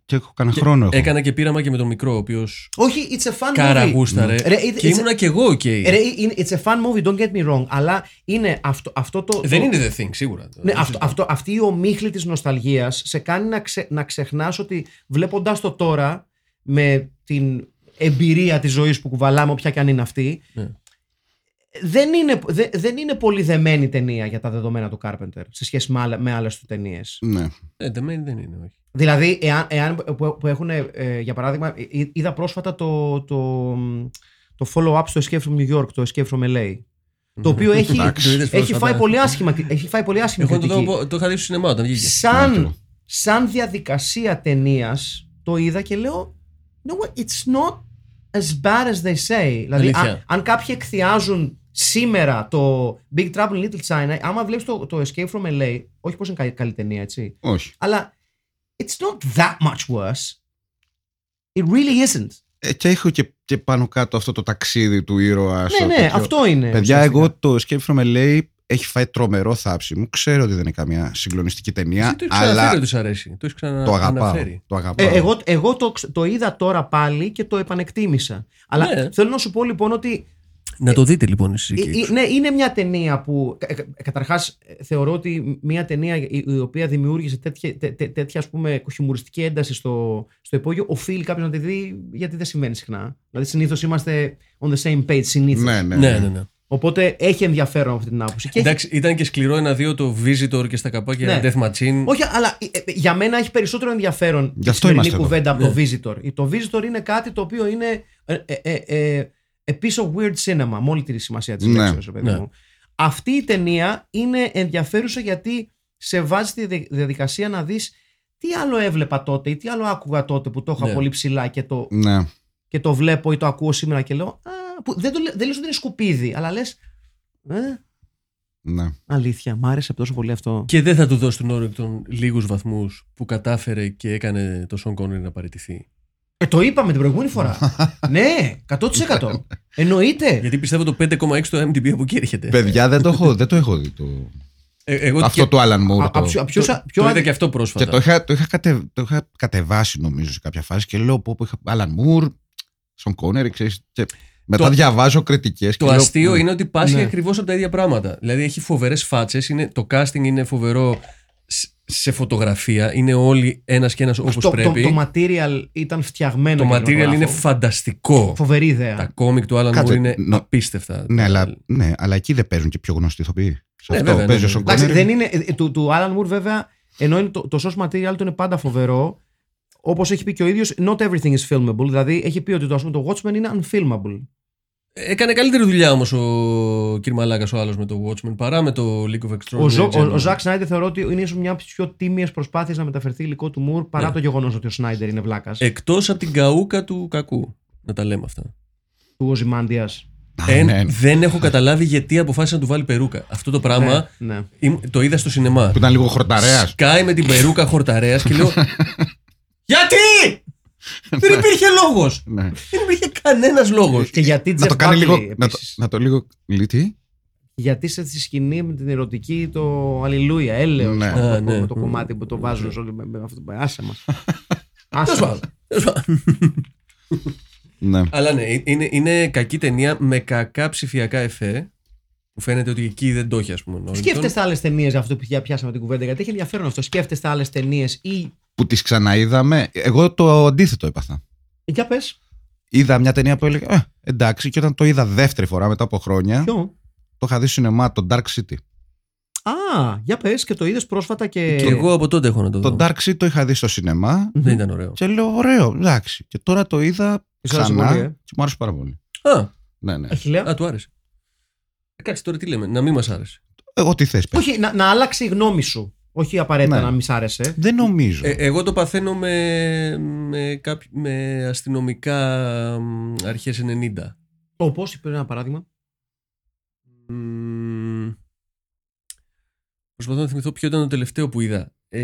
E: Και έχω κανένα χρόνο. έχω.
D: Έκανα και πείραμα και με τον μικρό, ο οποίος
C: Όχι, it's a fun movie.
D: καραγούσταρε.
C: ναι. Ρε, it-
D: και
C: it's-
D: ήμουνα κι εγώ, οκ.
C: Ε, Ρε, είναι- it's a fun movie, don't get me wrong, αλλά είναι αυτό, αυτό το.
D: Δεν
C: το-
D: είναι The Thing, σίγουρα.
C: Ναι, αυτό, αυτό, αυτή η ομίχλη της νοσταλγίας σε κάνει να, ξε, να ξεχνάς ότι βλέποντας το τώρα με την εμπειρία της ζωής που κουβαλάμε όποια και αν είναι αυτή
D: Ναι.
C: δεν, είναι, δε- δεν είναι πολύ δεμένη ταινία για τα δεδομένα του Carpenter σε σχέση με, άλλα- με άλλες του ταινίες.
E: Ναι.
D: Ε, The Man δεν είναι, όχι.
C: Δηλαδή, εάν, εάν που, που έχουν, ε, για παράδειγμα, ε, ε, είδα πρόσφατα το, το, το follow-up στο Escape from New York, το Escape from LA. Το οποίο έχει,
E: Εντάξει.
D: Το είδες
C: έχει,
D: πρόσφατα.
C: φάει πολύ άσχημα, έχει φάει πολύ άσχημη
D: Εγώ το,
C: κριτική.
D: το, το είχα δει στο σινεμά όταν βγήκε.
E: Ναι, και
C: Σαν,
E: εγώ.
C: σαν διαδικασία ταινίας, το είδα και λέω, you know what, it's not as bad as they say. Δηλαδή,
D: Αλήθεια.
C: αν, αν κάποιοι εκθιάζουν σήμερα το Big Trouble in Little China, άμα βλέπεις το, το Escape from LA, όχι πως είναι καλή, καλή ταινία, έτσι,
E: Όχι.
C: αλλά it's not that much worse. It really isn't.
E: Ε, και έχω και, και πάνω κάτω αυτό το ταξίδι του ήρωα.
C: ναι,
E: στο
C: ναι,
E: τέτοιο.
C: αυτό είναι.
E: Παιδιά,
C: ουσιαστικά.
E: εγώ το Escape from LA έχει φάει τρομερό θάψιμο. Ξέρω ότι δεν είναι καμία συγκλονιστική
D: Εσύ
E: ταινία,
D: το έχεις ξαναφέρει
E: αλλά
D: ότι σου αρέσει. Το έχεις
E: το αγαπάω.
D: ξαναφέρει.
E: Το αγαπάω.
C: Ε, εγώ εγώ το, ξ- το είδα τώρα πάλι και το επανεκτίμησα. Αλλά
D: Ναι.
C: θέλω να σου πω λοιπόν ότι
D: Να το δείτε λοιπόν εσείς
C: ε, ε, ναι, είναι μια ταινία που. κα- κα- Καταρχάς ε, θεωρώ ότι μια ταινία η η οποία δημιούργησε τέτοια, τέ- τέ- τέτοια ας πούμε χιουμοριστική ένταση στο, στο υπόγειο, οφείλει κάποιος να τη δει γιατί δεν συμβαίνει συχνά. Δηλαδή συνήθως είμαστε on the same page, συνήθως.
E: ναι, ναι,
D: Ναι,
E: ναι.
D: ναι, ναι.
C: Οπότε έχει ενδιαφέρον αυτή την άποψη. Και έχει
D: Εντάξει, ήταν και σκληρό ένα-δύο το Visitor και στα καπάκια
C: Ναι.
D: Death Machine.
C: Όχι, αλλά ε, ε, για μένα έχει περισσότερο ενδιαφέρον η
E: αυτό
C: σημερινή
E: είμαστε εδώ.
D: Ναι.
C: κουβέντα από το Visitor. Ε, Το Visitor είναι κάτι το οποίο είναι ε, ε, ε, a piece of weird cinema, με όλη τη σημασία της
E: Ναι.
C: λέξης, ρε παιδί
D: Ναι.
C: μου. Αυτή η ταινία είναι ενδιαφέρουσα γιατί σε βάζει στη δια- διαδικασία να δεις τι άλλο έβλεπα τότε ή τι άλλο άκουγα τότε που το είχα
D: Ναι.
C: πολύ ψηλά και το,
E: Ναι.
C: και το βλέπω ή το ακούω σήμερα και λέω. Α, που δεν, το, λέ- δεν λες ότι είναι σκουπίδι, αλλά λες Ε,
E: Ναι.
C: αλήθεια, μ' άρεσε τόσο πολύ αυτό.
D: Και δεν θα του δώσει τον Όριγκτον λίγους βαθμούς που κατάφερε και έκανε το Σον Κόνερ να παραιτηθεί.
C: Ε, το είπαμε την προηγούμενη φορά. ναι, 100%. Εννοείται.
D: Γιατί πιστεύω το 5,6 το MDB από εκεί έρχεται.
E: Παιδιά, δεν το έχω, δεν το έχω δει το...
D: Ε, εγώ
E: αυτό
D: και-
E: το Alan
C: Α,
E: Moore.
C: α,
E: το-
C: ποιο-
D: το,
C: ποιος α-
D: το
C: ποιο
D: είδα
C: άδικο-
D: και αυτό
E: Και
D: πρόσφατα.
E: το είχα, το, είχα κατε, το είχα κατεβάσει νομίζω σε κάποια φάση και λέω πω, πω είχα Alan Moore, Σον Κόνερ, ξέρεις. Και μετά
D: Το-
E: διαβάζω κριτικές
D: Το
E: και λέω,
D: αστείο
E: «Μμ,
D: είναι ότι πάσχει
C: Ναι.
D: ακριβώς από τα ίδια πράγματα. Δηλαδή έχει φοβερές φάτσες, το casting είναι φοβερό σ- σε φωτογραφία, είναι όλοι ένας και ένας όπως
C: το, το,
D: πρέπει.
C: το material ήταν φτιαγμένο.
D: Το
C: για
D: material είναι
C: κινηματογράφο.
D: φανταστικό.
C: Φοβερή ιδέα.
D: Τα κόμικ του Alan
E: Κάτσε,
D: Moore είναι
E: νο-
D: απίστευτα.
E: Ναι, αλλά, ναι, αλλά εκεί δεν παίζουν και πιο γνωστοί ηθοποιοί. Σε
D: Ναι,
E: αυτό
D: βέβαια,
E: παίζει
D: ναι,
E: ο Σον
D: ναι.
C: Εντάξει,
E: Κόνερ.
C: δεν είναι. ε, Του, του Alan Moore, βέβαια, ενώ είναι το, το source material του είναι πάντα φοβερό. Όπως έχει πει και ο ίδιος, not everything is filmable. Δηλαδή, έχει πει ότι το, ας πούμε, το Watchmen είναι unfilmable.
D: Έκανε καλύτερη δουλειά όμως ο κ. Μαλάκας ο άλλος με το Watchmen παρά με το League of Extraordinary.
C: Ο, Ζο, ο,
D: Gentlemen.
C: ο Ζακ Σνάιντερ θεωρώ ότι είναι ίσως μια από τις πιο τίμιες προσπάθειες να μεταφερθεί υλικό του Μουρ παρά
D: Ναι. Ε,
C: το γεγονός ότι ο Σνάιντερ είναι βλάκας.
D: Εκτός από την καούκα του κακού. Να τα λέμε αυτά.
C: Του Οζημάντιας.
E: Α,
D: Ε,
E: ναι, ναι.
D: Δεν έχω καταλάβει γιατί αποφάσισε να του βάλει περούκα. Αυτό το πράγμα
C: Ναι, ναι.
D: ήμ- το είδα στο σινεμά.
E: Που ήταν λίγο χορταρέας.
D: Σκάει με την περούκα χορταρέας και λέω. Γιατί! Δεν υπήρχε λόγος!
E: Ναι.
D: Δεν υπήρχε κανένας λόγος.
C: Και γιατί
E: Να
C: Τζεφ
E: το κάνει λίγο.
C: Μπάκλι,
E: Να το,
C: επίσης.
E: να το λίγο. λι- Τι?
C: Γιατί σε στη σκηνή με την ερωτική το Αλληλούια, έλεος,
E: Ναι.
C: αυτό
D: Α,
C: το,
D: ναι.
C: το κομμάτι που το βάζουν σε όλη με, με αυτό. Άσε μας.
D: Τέλος
C: Άσε μας.
D: πάντων. Τέλος πάντων.
E: Ναι.
D: Αλλά ναι, είναι, είναι κακή ταινία με κακά ψηφιακά εφέ. Που φαίνεται ότι εκεί δεν το έχει, ας πούμε. ο Norrington.
C: Σκέφτεστε άλλες ταινίες αυτό που πια πιάσαμε την κουβέντα, γιατί έχει ενδιαφέρον αυτό. Σκέφτεστε άλλες ταινίες ή.
E: Που τις ξαναείδαμε. Εγώ το αντίθετο έπαθα.
C: Για πες.
E: Είδα μια ταινία που έλεγα. «Ε, εντάξει, και όταν το είδα δεύτερη φορά μετά από χρόνια,
C: Ποιο.
E: το είχα δει στο σινεμά, το Dark City.
C: Α, για πες και το είδες πρόσφατα και.
D: Και εγώ από τότε έχω να το δω.
E: Το Ε, Dark City το είχα δει στο σινεμά
D: Δεν ήταν ωραίο.
E: και λέω ωραίο, εντάξει. Και τώρα το είδα
C: Σ' άρεσε
E: ξανά
C: πολύ, ε?
E: και μου άρεσε πάρα πολύ.
D: Α,
E: Ναι, ναι.
C: Αχιλέα.
D: α, του άρεσε. Ε, Κάτσε τώρα τι λέμε, να μην μας άρεσε.
E: Εγώ τι θες, πες.
C: Όχι, να, να άλλαξε η γνώμη σου. Όχι απαραίτητα
E: Ναι.
C: να μη σ' άρεσε.
E: Δεν νομίζω.
D: Ε, εγώ το παθαίνω με, με, κάποι- με αστυνομικά μ, αρχές 90.
C: Όπω, είπες ένα παράδειγμα.
D: Μμμ. Προσπαθώ να θυμηθώ ποιο ήταν το τελευταίο που είδα. Ε,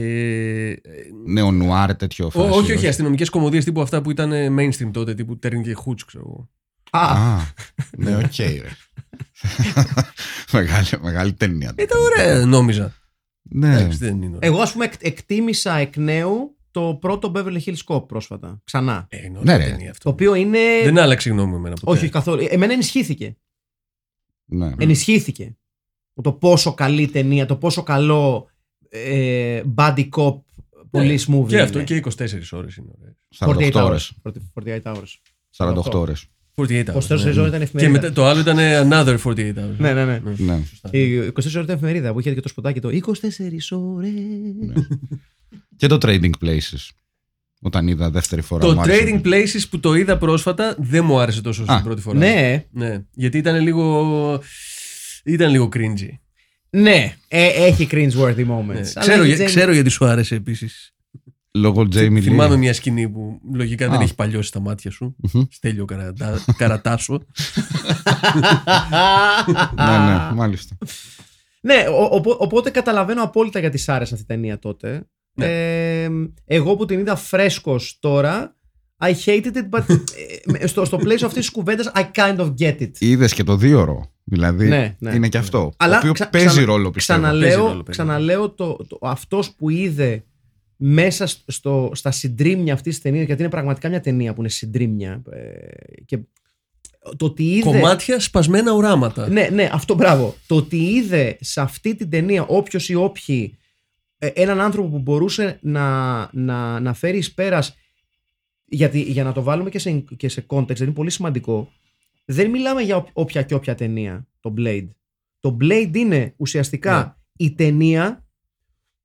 D: ε,
E: Νεονουάρ, τέτοιο.
D: ό,
E: φάση,
D: όχι, όχι, αστυνομικές κομμωδίες τύπου αυτά που ήταν ε, mainstream τότε, τύπου Τέρν και Χούτς, ξέρω εγώ.
C: Α,
E: Α, ναι, οκ, ρε. μεγάλη, μεγάλη ταινία.
D: Ήταν ωραία, νόμιζα.
E: Ναι.
D: Εντάξει, δεν είναι ωραία.
C: εγώ ας πούμε εκ- εκτίμησα εκ νέου το πρώτο Beverly Hills Cop πρόσφατα. Ξανά.
D: Ε, είναι
E: Ναι,
D: ωραία
E: ρε.
D: ταινία
C: Το
D: αυτό.
C: οποίο είναι.
D: Δεν άλλαξε η γνώμη μου εμένα ποτέ.
C: Όχι, όχι καθόλου. Ε, Εμένα ενισχύθηκε.
E: ναι.
C: Ενισχύθηκε. Το πόσο καλή ταινία, το πόσο καλό ε, buddy cop police movie.
D: Ναι. και αυτό
C: είναι.
D: και 24 ώρες είναι ωραία.
E: 48 ώρε.
C: 48 hours.
E: 48
C: 48
E: ώρε.
D: 48 hours.
C: 24 ώρες
D: ναι.
C: ήταν
D: Και
C: εφημερίδα.
D: μετά, το άλλο ήταν ε, another 48 hours.
C: Ναι, ναι, ναι.
E: Ναι.
D: Σωστά.
C: Η 24 ώρες ήταν εφημερίδα που είχε και το σποτάκι το 24 ώρες.
E: Και το Trading Places. Όταν είδα δεύτερη φορά.
D: Το
E: μου άρεσε.
D: Trading Places που το είδα πρόσφατα δεν μου άρεσε τόσο
E: Α,
D: στην πρώτη φορά.
C: Ναι,
D: Ναι, γιατί ήταν λίγο. ήταν λίγο cringy.
C: ναι. Ε, έχει cringe-worthy moments.
D: Ναι.
C: Αλλά
D: Ξέρω,
C: έχει
D: για-
C: Jamie-
D: ξέρω γιατί σου άρεσε επίσης.
E: Λόγω Jamie Lee.
D: Θυμάμαι μια σκηνή που λογικά δεν
E: Α.
D: έχει παλιώσει στα μάτια σου.
E: Μμμ.
D: Στέλιο καρατά, καρατάσο.
E: Ναι, ναι, μάλιστα.
C: Ναι, ο- οπο- οπότε καταλαβαίνω απόλυτα γιατί σ' άρεσε αυτή η ταινία τότε.
D: Ναι.
C: Ε, εγώ που την είδα φρέσκος τώρα, I hated it, but ε, στο, στο πλαίσιο αυτής της κουβέντας I kind of get it.
E: Είδες και το δίωρο. Δηλαδή
C: Ναι, ναι.
E: είναι και αυτό.
C: Αλλά
E: το οποίο
C: ξα-
E: παίζει
C: ξανα-
E: ρόλο πιστεύω.
D: Παίζει
C: Ξαναλέω,
D: ρόλο, παίζει
C: ξαναλέω το, το, αυτός που είδε μέσα σ- στο, στα συντρίμια αυτής της ταινίας, γιατί είναι πραγματικά μια ταινία που είναι συντρίμια. ε, και το ότι είδε...
D: Κομμάτια σπασμένα οράματα.
C: Ναι, ναι, αυτό μπράβο. Το ότι είδε σε αυτή την ταινία όποιος ή όποιοι ε, έναν άνθρωπο που μπορούσε να, να, να φέρει εις πέρας γιατί για να το βάλουμε και σε, και σε context, γιατί είναι πολύ σημαντικό, δεν μιλάμε για όπ- όποια και όποια ταινία, το Blade. Το Blade είναι ουσιαστικά
D: Ναι.
C: η ταινία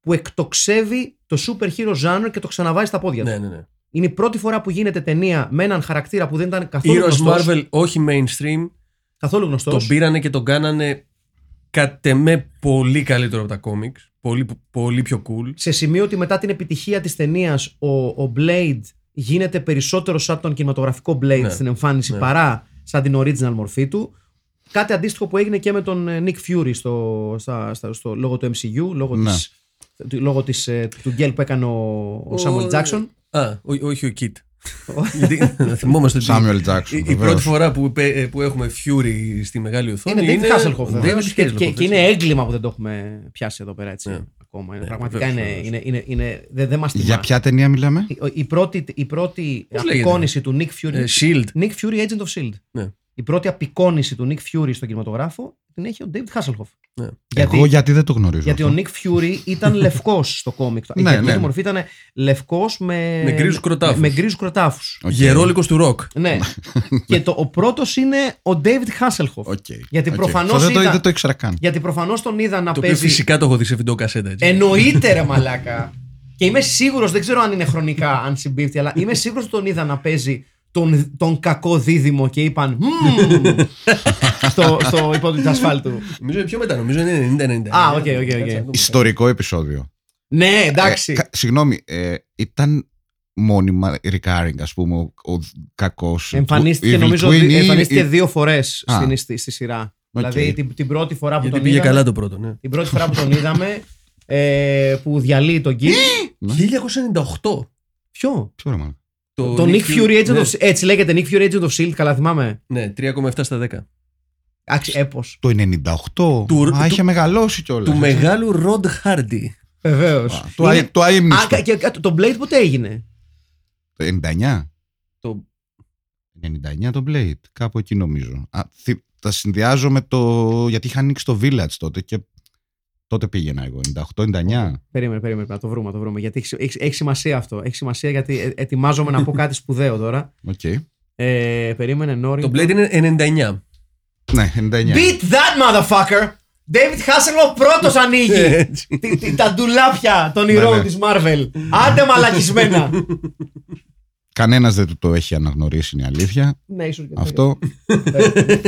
C: που εκτοξεύει το super hero genre και το ξαναβάζει στα πόδια του.
D: ναι, ναι. ναι.
C: Είναι η πρώτη φορά που γίνεται ταινία με έναν χαρακτήρα που δεν ήταν καθόλου
D: Ήρωας
C: γνωστός.
D: Marvel, όχι mainstream.
C: Καθόλου γνωστός.
D: Τον πήρανε και τον κάνανε κατ' εμέ πολύ καλύτερο από τα κόμιξ. Πολύ, πολύ πιο cool.
C: σε σημείο ότι μετά την επιτυχία της ταινίας ο, ο Blade γίνεται περισσότερο σαν τον κινηματογραφικό Blade
D: Ναι.
C: στην εμφάνιση παρά σαν την original μορφή του. Κάτι αντίστοιχο που έγινε και με τον ε, Nick Fury στο, στα, στα- στο, λόγω του MCU, λόγω,
E: Ναι.
C: της, του- λόγω της, ε, του γκέλ που έκανε ο, ο Samuel Jackson.
D: Α, ό- όχι ο Kit. Γιατί να θυμόμαστε ότι
E: Samuel
D: η-
E: Jackson,
D: Η,
E: βεβαίως.
D: πρώτη φορά που, πε- που έχουμε Fury στη μεγάλη
C: Είναι
D: οθόνη
C: David Hasselhoff.
D: ε, David
C: βεβαίως, και,
D: Hasselhoff,
C: και- και
D: έτσι.
C: είναι έγκλημα που δεν το έχουμε πιάσει εδώ πέρα έτσι
D: Ναι.
C: ακόμα. Είναι,
D: Ναι,
C: πραγματικά
D: βεβαίως,
C: είναι,
D: βεβαίως.
C: είναι, είναι, είναι, δεν, δεν μας
E: Για
C: τιμά.
E: ποια ταινία μιλάμε?
C: Η- Η πρώτη, η πρώτη
D: Πώς λέγεται?
C: απεικόνιση του Nick Fury.
D: Ε, Shield.
C: Nick Fury, Agent of S.H.I.E.L.D.
D: Ναι.
C: E Η πρώτη απεικόνιση του Nick Fury στον κινηματογράφο την έχει ο David Hasselhoff.
D: Ναι.
C: Γιατί,
E: Εγώ γιατί δεν το γνωρίζω.
C: γιατί
E: αυτό.
C: ο Nick Fury ήταν λευκός στο κόμικ. Η
E: Ναι,
C: κεντρική
E: ναι.
C: μορφή ήταν λευκός με,
D: Με γκρίζους κροτάφους.
C: με γκρίζους κροτάφους.
E: Οκ.
D: Γερόλικος του ροκ.
C: Ναι. και το, ο πρώτος είναι ο David Hasselhoff.
E: Οκ.
C: Γιατί
E: Οκ.
C: προφανώς
E: Αυτό δεν, το,
C: ήταν-
E: δεν το ήξερα καν.
C: Γιατί προφανώς τον είδα να
D: Το οποίο
C: παίζει... Ε, ναι.
D: φυσικά το έχω δει σε βιντεοκασέτα. Έτσι.
C: Εννοείται ρε μαλάκα. και είμαι σίγουρος, δεν ξέρω αν είναι χρονικά, αν συμπίπτει, αλλά είμαι σίγουρος ότι τον είδα να παίζει τον, τον κακό δίδυμο και είπαν «Μμμ» στο, στο υπότιτλο ασφάλτου.
D: Νομίζω είναι πιο μετά, νομίζω είναι 90-90.
C: Α, οκ, οκ, οκ.
E: Ιστορικό επεισόδιο.
C: Ναι,
E: Ε,
C: εντάξει.
E: κα- συγγνώμη, ε, ήταν μόνιμα recurring, ας πούμε, ο, ο κακός.
C: Εμφανίστηκε,
E: Evil
C: νομίζω,
E: Twin
C: ότι
E: ε, ή-
C: εμφανίστηκε
E: ή-
C: δύο φορές
E: Α.
C: στη, στη σειρά.
E: Οκ.
C: Δηλαδή την, την πρώτη φορά που
D: Γιατί
C: τον
D: πήγε
C: είδαμε,
D: καλά το πρώτο, ναι.
C: την πρώτη φορά που τον είδαμε, ε, που διαλύει τον Γκί.
E: Ναι.
D: 1998.
C: Ποιο?
E: Ποιο ρε, μάνα.
D: Το
C: Το Nick Fury Agent
D: ναι,
C: of Έτσι λέγεται Nick Fury Agent of Shield, καλά θυμάμαι.
D: Ναι, 3,7 στα 10.
C: Άξι, έπος.
E: Το 98.
D: Του-
E: Α,
D: του-
E: είχε μεγαλώσει κιόλας.
D: Του μεγάλου Ροντ Χάρντι.
C: Βεβαίω.
E: Του, αε- του αείμνηστο.
C: Α, κα- και, κα- το Blade ποτέ έγινε.
E: Το 99.
D: Το
E: 99 το Blade. Κάπου εκεί νομίζω. Α, θυ- τα συνδυάζω με το. Γιατί είχα ανοίξει το Village τότε και τότε πήγαινα εγώ. 98-99.
C: Περίμενε, περίμενε, να το βρούμε, να το βρούμε. Γιατί έχεις, έχεις, έχεις σημασία αυτό. Έχεις σημασία γιατί ε, ετοιμάζομαι να πω κάτι σπουδαίο τώρα.
E: Οκ.
C: Ε, περίμενε, Νόρι.
D: Το Blade είναι 99.
E: Ναι, 99.
C: Beat that motherfucker! David Hasselhoff πρώτος ανοίγει
D: Έτσι.
C: τη- τη- τα ντουλάπια των
E: ναι.
C: ηρώων της Marvel. Άντε μαλακισμένα.
E: Κανένας δεν του το έχει αναγνωρίσει, είναι η αλήθεια.
C: ναι, ίσως και τέτοιο.
E: Αυτό.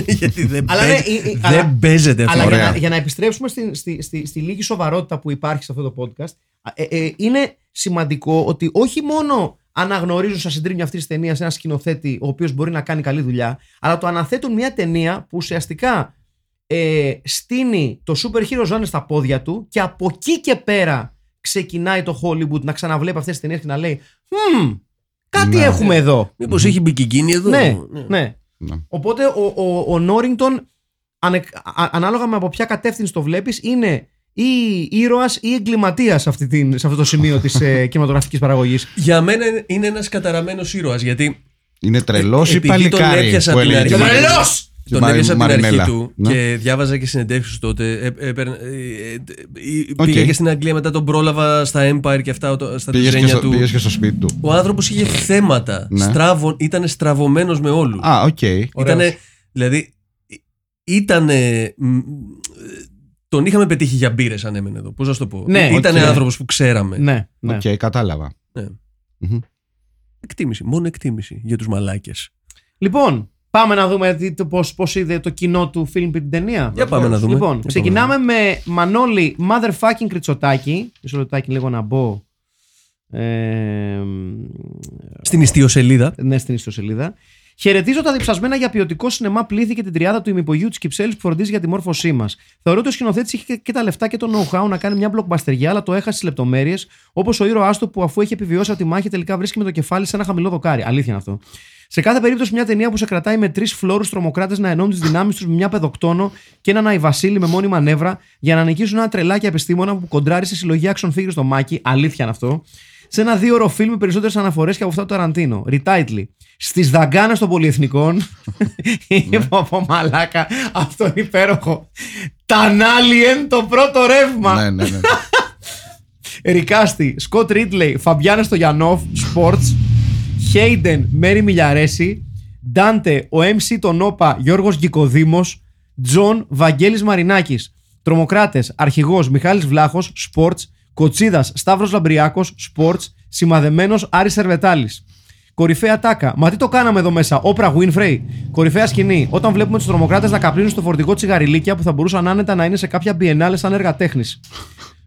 D: Γιατί δεν
C: Αλλά ναι,
D: παίζει-
C: η- η-
D: δεν
C: αλλά-
D: παίζεται αυτό.
C: Αλλά για
E: Ωραία.
C: να, για να επιστρέψουμε στην- στη, στη, στη λίγη σοβαρότητα που υπάρχει σε αυτό το podcast, ε, ε, είναι σημαντικό ότι όχι μόνο αναγνωρίζουν σαν συντρίμια αυτής της ταινίας ένα σκηνοθέτη ο οποίος μπορεί να κάνει καλή δουλειά, αλλά το αναθέτουν μια ταινία που ουσιαστικά ε, στείνει το super hero zone στα πόδια του και από εκεί και πέρα ξεκινάει το Hollywood να ξαναβλέπει αυτές τις ταινίες και να λέει «Μμμ, κάτι
E: Ναι.
C: έχουμε εδώ.
D: Μήπως έχει μπει και εκείνη εδώ.
C: Ναι, ναι.
E: Ναι.
C: Οπότε ο, ο, ο Νόριγκτον, ανε- α- ανάλογα με από ποια κατεύθυνση το βλέπεις, είναι ή ήρωας ή εγκληματίας σε, αυτή την- σε αυτό το σημείο της ε, κινηματογραφικής παραγωγής.
D: Για μένα είναι ένας καταραμένος ήρωας. Γιατί
E: Είναι
C: Ε,
E: τρελός ή
D: επειδή τον
E: παλικάρι.
D: έπιασα
E: που
D: την
E: έλεγε
D: αρχή.
E: και η Μαρι-
C: Τρελός!
E: και η
D: τον
E: Μαρι-
D: έπιασα από την αρχή
E: Μαρινέλα.
D: του
E: Ναι.
D: και διάβαζα και συνεντεύξεις τότε. Ε, έπαιρνα- ε, ε, ε,
E: Οκ.
D: Πήγα και στην Αγγλία, μετά τον πρόλαβα στα Empire και αυτά το- στα
E: Πήγες και,
D: τυζένια
E: στο,
D: του.
E: πήγες και στο σπίτι
C: Ναι.
E: του.
D: Ο άνθρωπος είχε θέματα.
E: Ναι.
D: Στράβων, ήταν στραβωμένος με όλους.
E: Α, οκ.
D: Ήτανε, δηλαδή, ήταν. Τον είχαμε πετύχει για μπύρες αν έμενε εδώ. Πώς να σου το πω.
C: Ναι,
D: ήταν
E: οκ.
D: άνθρωπος που ξέραμε.
C: ναι, ναι.
E: Οκ, κατάλαβα.
D: Ναι.
E: Μμμ.
D: Εκτίμηση. Μόνο εκτίμηση για τους μαλάκες.
C: Λοιπόν, πάμε να δούμε τι- το, πώς, πώς είδε το κοινό του film την ταινία.
D: Για πάμε να δούμε.
C: Λοιπόν,
D: Για
C: ξεκινάμε με Μανώλη Motherfucking Κριτσοτάκη. Μισό λεπτάκι λίγο να μπω. Ε,
D: Στην ιστιοσελίδα.
C: ναι, στην ιστοσελίδα. Χαιρετίζω τα διψασμένα για ποιοτικό σινεμά πλήθη και την τριάδα του ημυπογείου της Κυψέλης που φροντίζει για τη μόρφωσή μας. Θεωρώ ότι ο σκηνοθέτης είχε και τα λεφτά και το know-how να κάνει μια μπλοκμπαστεριά, αλλά το έχασε στις λεπτομέρειες. Όπως ο ήρωάς του που αφού έχει επιβιώσει από τη μάχη τελικά βρίσκει με το κεφάλι σε ένα χαμηλό δοκάρι. Αλήθεια είναι αυτό. Σε κάθε περίπτωση, μια ταινία που σε κρατάει με τρεις φλόρους τρομοκράτες να ενώνουν τις δυνάμεις τους με μια παιδοκτόνο και έναν Αϊβασίλη με μόνη μανεύρα για να νικήσουν ένα τρελάκι επιστήμονα που κοντράρει σε συλλογή action figures στο Μάκη. Αλήθεια είναι αυτό. Σε ένα δύο-ώρο φιλμ με περισσότερες αναφορές και από αυτά του Ταραντίνο. Ριτάιτλι. Στις δαγκάνες των πολυεθνικών. Είπα από μαλάκα. Αυτό είναι υπέροχο. Τανάλιεν το πρώτο ρεύμα.
E: Ναι, ναι, ναι.
C: Ρικάστη, Σκοτ Ρίτλεϊ, Φαμπιάνο Στογιανόφ, Sports, Χέιντεν, Μέρι Μιλιαρέση, Ντάντε, ο MC τον Όπα, Γιώργος Γκικοδήμο, Τζον, Βαγγέλης Μαρινάκης, Τρομοκράτες, Αρχηγός Μιχάλης Βλάχος, Sports, Κοτσίδας, Σταύρος Λαμπριάκος, Sports, Σημαδεμένος Άρης Σερβετάλης. Κορυφαία τάκα. Μα τι το κάναμε εδώ μέσα. Όπρα Winfrey. Κορυφαία σκηνή. Όταν βλέπουμε τους τρομοκράτες να καπνίζουν στο φορτηγό τσιγαριλίκια που θα μπορούσαν άνετα να είναι σε κάποια biennale σαν έργα τέχνης.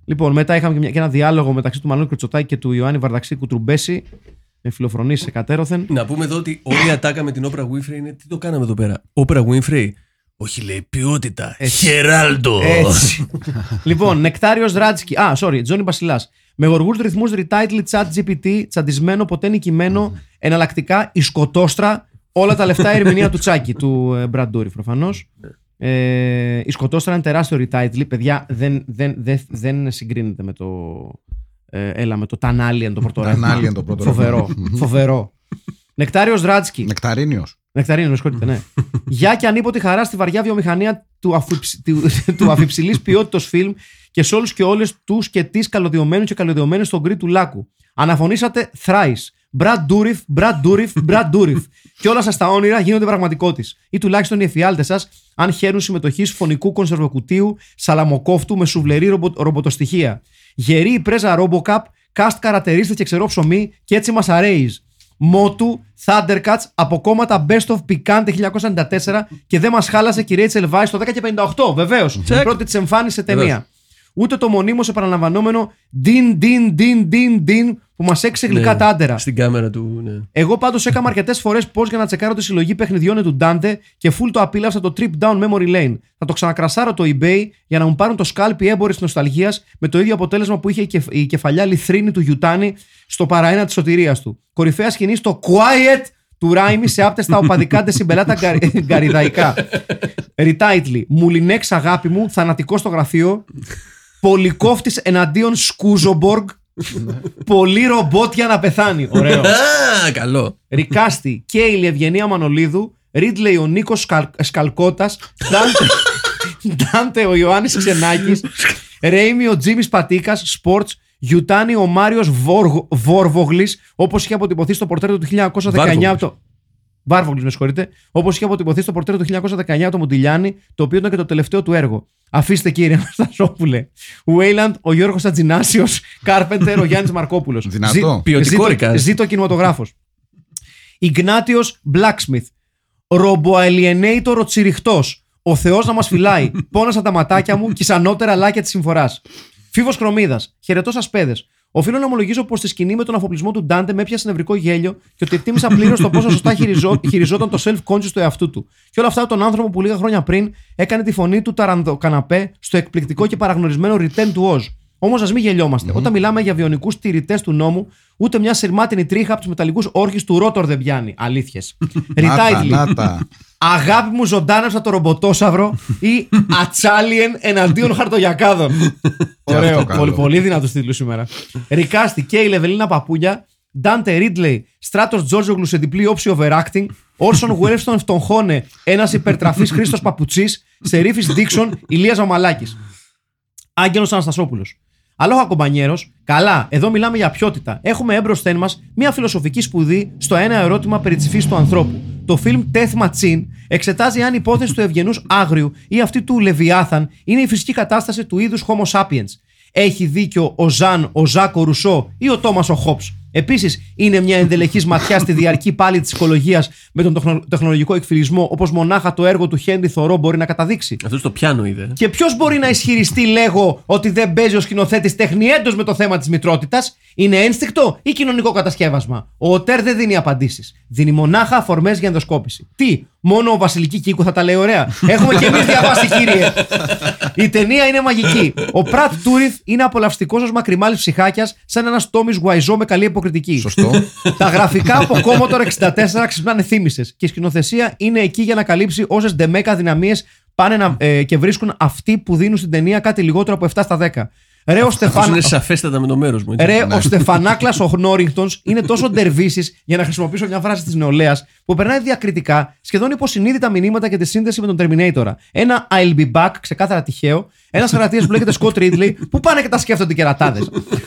C: λοιπόν, μετά είχαμε και, μια- και ένα διάλογο μεταξύ του Μανώλη Κριτσοτάκη και του Ιωάννη Βαρδαξίκου Τρουμπέση. Με φιλοφρονήσεις σε κατέρωθεν.
D: Να πούμε εδώ ότι όλη η ατάκα με την Όπρα Winfrey είναι τι το κάναμε εδώ πέρα. Όπρα Winfrey. Όχι λέει ποιότητα. Ναι. Χεράλτο.
C: Έτσι. λοιπόν, Νεκτάριος Ράτσκι. Α, sorry, Τζόνι Βασιλά. Με γοργού ρυθμούς retitle chat GPT, τσαντισμένο, ποτέ νικημένο, εναλλακτικά η σκοτόστρα. Όλα τα λεφτά η ερμηνεία του Τσάκη, του ε, Μπραντούρη προφανώς. Ε, η σκοτόστρα είναι τεράστιο retitle. Παιδιά, δεν, δεν, δεν, δεν συγκρίνεται με το. Ε, έλα, με το Τανάλιαν το πρώτο ρεύμα.
E: Τανάλιαν το πρώτο ρεύμα.
C: Φοβερό. φοβερό. Νεκτάριος Ράτσκι.
E: Νεκταρίνιος.
C: Νεκταρίνο, με συγχωρείτε, ναι. Γεια και ανίποτη χαρά στη βαριά βιομηχανία του, αφουψη, του, του αφιψηλής ποιότητα φιλμ και σε όλους και όλες τους και τις καλωδιωμένους και καλωδιωμένες στον κρί του Λάκου. Αναφωνήσατε θράη. Μπραντ Ντούριφ, Μπραντ Ντούριφ, Μπραντ Ντούριφ. και όλα σας τα όνειρα γίνονται πραγματικό τη. Ή τουλάχιστον οι εφιάλτες σας, αν χαίρουν συμμετοχής φωνικού κονσερβοκουτίου, σαλαμοκόφτου με σουβλερή ρομπο, ρομποτοστοιχεία. Γερή η πρέζα ρομποκαπ, καστ καρατερίστε και ξερό ψωμί και έτσι μας αρέει. Μότου, Thundercats από κόμματα Best of Picante 1994 και δεν μας χάλασε η Rachel Vice το 10 και 58, βεβαίω. Πρώτη της εμφάνιση σε ταινία.
D: Βεβαίως.
C: Ούτε το μονίμως επαναλαμβανόμενο Din Din Din Din Din που μας έξε γλυκά τα άντερα.
D: Ναι. Στην κάμερα του, ναι.
C: Εγώ πάντως έκανα αρκετές φορές πώ για να τσεκάρω τη συλλογή παιχνιδιών του Dante και full το απίλαυσα το trip down memory lane. Θα το ξανακρασάρω το eBay για να μου πάρουν το σκάλπι έμποροι της νοσταλγίας με το ίδιο αποτέλεσμα που είχε η κεφ- η κεφαλιά λιθρίνη του Γιουτάνη στο παραένα της σωτηρίας του. Κορυφαία σκηνή στο Quiet του Ράιμι σε άπτες στα οπαδικά ντεσιμπελάτα γκαρι- γκαριδαϊκά. Retitle. Μουλινέξ αγάπη μου, θανατικό στο γραφείο. Πολυκόφτης εναντίον Σκούζομποργ. Πολύ ρομπότ για να πεθάνει. Ωραίο.
D: Α, καλό.
C: Ρικάστη, Κέιλ Ευγενία Μανολίδου, Ρίτλεϊ ο Νίκος Σκαλκότας, Ντάντε, Ντάντε ο Ιωάννης Ξενάκης, Ρέιμι ο Τζίμις Πατίκας, Σπορτ, Γιουτάνι ο Μάριος Βόρβογλης, όπως είχε αποτυπωθεί στο πορτρέτο του 1919 από το. Βάρβογκλη, με συγχωρείτε, όπως είχε αποτυπωθεί στο πορτρέτο του 1919 από το Μοντιλιάνι, το οποίο ήταν και το τελευταίο του έργο. Αφήστε κύριε Αναστασόπουλε. Βέιλαντ, ο Γιώργος Ατζινάσιος, Κάρπεντερ, ο Γιάννης Μαρκόπουλος.
E: Δυνατό.
D: Ποιοτικό
C: Ζήτω,
D: ρικάρι.
C: ζήτω κινηματογράφος. Ιγνάτιος Blacksmith. Ρομποαλιενέιτορο τσιριχτός. Ο Θεός να μας φυλάει. Πόνασα τα ματάκια μου και σαν ανώτερα λάκια της συμφοράς. Φίβος Χρωμίδας. Χαιρετώ σας, παιδες. Οφείλω να ομολογήσω πως στη σκηνή με τον αφοπλισμό του Ντάντε με έπιασε νευρικό γέλιο και ότι εκτίμησα πλήρως το πόσο σωστά χειριζό, χειριζόταν το self-conscious του εαυτού του. Και όλα αυτά από τον άνθρωπο που λίγα χρόνια πριν έκανε τη φωνή του ταρανδοκαναπέ στο εκπληκτικό και παραγνωρισμένο Return to Oz. Όμως, ας μην γελιομαστε Όταν μιλάμε για βιονικούς τηρητές του νόμου, ούτε μια σειρμάτινη τρίχα από τους μεταλλικούς όρχες του Ρότορ δεν πιάνει. δηλαδή. Αλήθειε.
E: Νάτα,
C: Ριτάιτλι.
E: νάτα.
C: Αγάπη μου, ζωντάνευσα το ρομποτόσαυρο ή Ατσάλιεν εναντίον χαρτογιακάδων.
E: αυτό
C: Ωραίο.
E: καλό.
C: Πολύ, πολύ δυνατό τίτλο σήμερα. Ρικάστη και η Λεβελίνα Παπούλια. Ντάντε Ρίτλεϊ, Στράτος Τζόρτζογλου σε διπλή όψη overacting. Όρσον Γουέλστον Φτονχόνε, ένας υπερτραφής Χρήστος Παπουτσής. Σερίφης Ντίξον, Ηλία Ζαμαλάκη. Άγγελος Αναστασόπουλος. Αλόχα κομπανιέρος, καλά, εδώ μιλάμε για ποιότητα. Έχουμε έμπροσθεν μας μια φιλοσοφική σπουδή στο ένα ερώτημα περί της φύσης του ανθρώπου. Το φιλμ Τέθμα Τσιν εξετάζει αν η υπόθεση του ευγενούς άγριου ή αυτή του Λεβιάθαν είναι η φυσική κατάσταση του είδους Homo sapiens. Έχει δίκιο ο Ζαν, ο Ζάκο Ρουσό ή ο Τόμας ο Χόπ. Επίσης, είναι μια ενδελεχής ματιά στη διαρκή πάλη της οικολογίας με τον τεχνο- τεχνολογικό εκφυλισμό, όπως μονάχα το έργο του Χένρι Θωρό μπορεί να καταδείξει.
D: Αυτός το πιάνο είδε.
C: Και ποιος μπορεί να ισχυριστεί, λέγω, ότι δεν παίζει ο σκηνοθέτης τεχνιέντος με το θέμα της μητρότητας, είναι ένστικτο ή κοινωνικό κατασκεύασμα. Ο Οτέρ δεν δίνει απαντήσεις. Δίνει μονάχα αφορμές για ενδοσκόπηση. Τι, μόνο ο Βασιλική Κίκου θα τα λέει ωραία. Έχουμε και εμείς διαβάσει, κύριε. Η ταινία είναι μαγική. Ο Πρατ Τούριθ είναι απολαυστικός ως μακριμάλης ψυχάκιας, σαν ένας τόμις γουαϊζό με καλή υποκριτική.
E: Σωστό.
C: Τα γραφικά από Commodore 64 ξυπνάνε θύμησες. Και η σκηνοθεσία είναι εκεί για να καλύψει όσες ντεμέκα δυναμίες πάνε να, ε, και βρίσκουν αυτοί που δίνουν στην ταινία κάτι λιγότερο από 7 στα 10. Ρε ο
D: Αυτό είναι
C: Στεφάν.
D: σαφέστατα με το μέρος μου. έτσι.
C: Ρε, ο Στεφανάκλας ο Γνώριχτον είναι τόσο ντερβίσης, για να χρησιμοποιήσω μια φράση της νεολαίας, που περνάει διακριτικά σχεδόν υποσυνείδητα μηνύματα και τη σύνδεση με τον Terminator. Ένα I'll be back, ξεκάθαρα τυχαίο. Ένας χαρακτήρα που λέγεται Scott Ridley, που πάνε και τα σκέφτονται οι κερατάδες.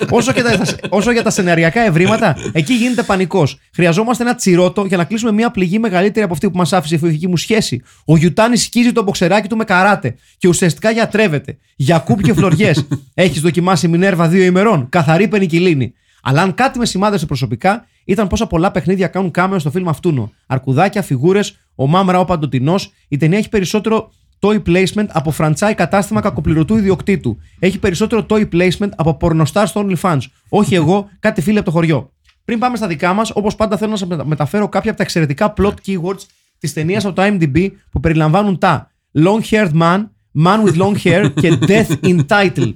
C: Όσο, και τα- όσο για τα σεναριακά ευρήματα, εκεί γίνεται πανικός. Χρειαζόμαστε ένα τσιρότο για να κλείσουμε μια πληγή μεγαλύτερη από αυτή που μας άφησε η φιλική μου σχέση. Ο Γιουτάνη σκίζει το μποξεράκι του με καράτε και ουσιαστικά γιατρεύεται. Γιακούπ και φλωριές. Έχεις δοκιμάσει Μινέρβα δύο ημερών. Καθαρή πενικυλίνη. Αλλά αν κάτι με σημάδεσε προσωπικά, ήταν πόσα πολλά παιχνίδια κάνουν κάμεο στο φιλμ αυτούνο. Αρκουδάκια, φιγούρες, ο Μάμρα, ο Παντοτινός. Η ταινία έχει περισσότερο toy placement από φραντσάι κατάστημα κακοπληρωτού ιδιοκτήτου. Έχει περισσότερο toy placement από πορνοστάρ στο OnlyFans. Όχι εγώ, κάτι φίλοι από το χωριό. Πριν πάμε στα δικά μας, όπως πάντα θέλω να σας μετα- μεταφέρω κάποια από τα εξαιρετικά plot keywords της ταινίας από το IMDb που περιλαμβάνουν τα Long haired man, man with long hair και death in title.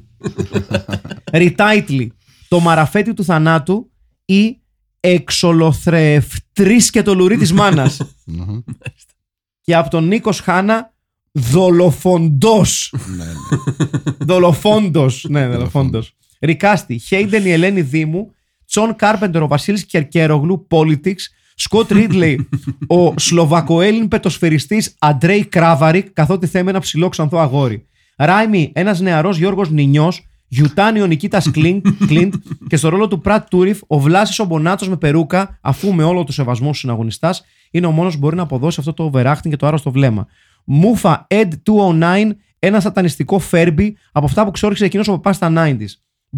C: Retitle. Το μαραφέτη του θανάτου ή εξολοθρευτρής και το λουρί της μάνας. και από τον Νίκος Χάνα δολοφοντός. δολοφόντος. Ναι, δολοφόντος. Ρικάστη. Χέιντεν η Ελένη Δήμου. Τσον Κάρπεντερ ο Βασίλης Κερκέρογλου. Politics. Σκοτ Ρίτλεϊ, ο Σλοβακοέλλην πετοσφαιριστής Αντρέι Κράβαρη, καθότι θα είμαι ένα ψηλό ξανθό αγόρι. Ράιμι, ένας νεαρός Γιώργος Νινιός, Γιουτάνι ο Νικίτα Κλίντ και στο ρόλο του Πρατ Τούριφ, ο Βλάσης ο Μπονάτσος με περούκα, αφού με όλο το σεβασμό στους συναγωνιστάς, είναι ο μόνος που μπορεί να αποδώσει αυτό το overacting και το άρρωστο βλέμμα. Μούφα Ed 209, ένα σατανιστικό φέρμπι από αυτά που ξόριξε εκείνος ο παπάς στα 90s.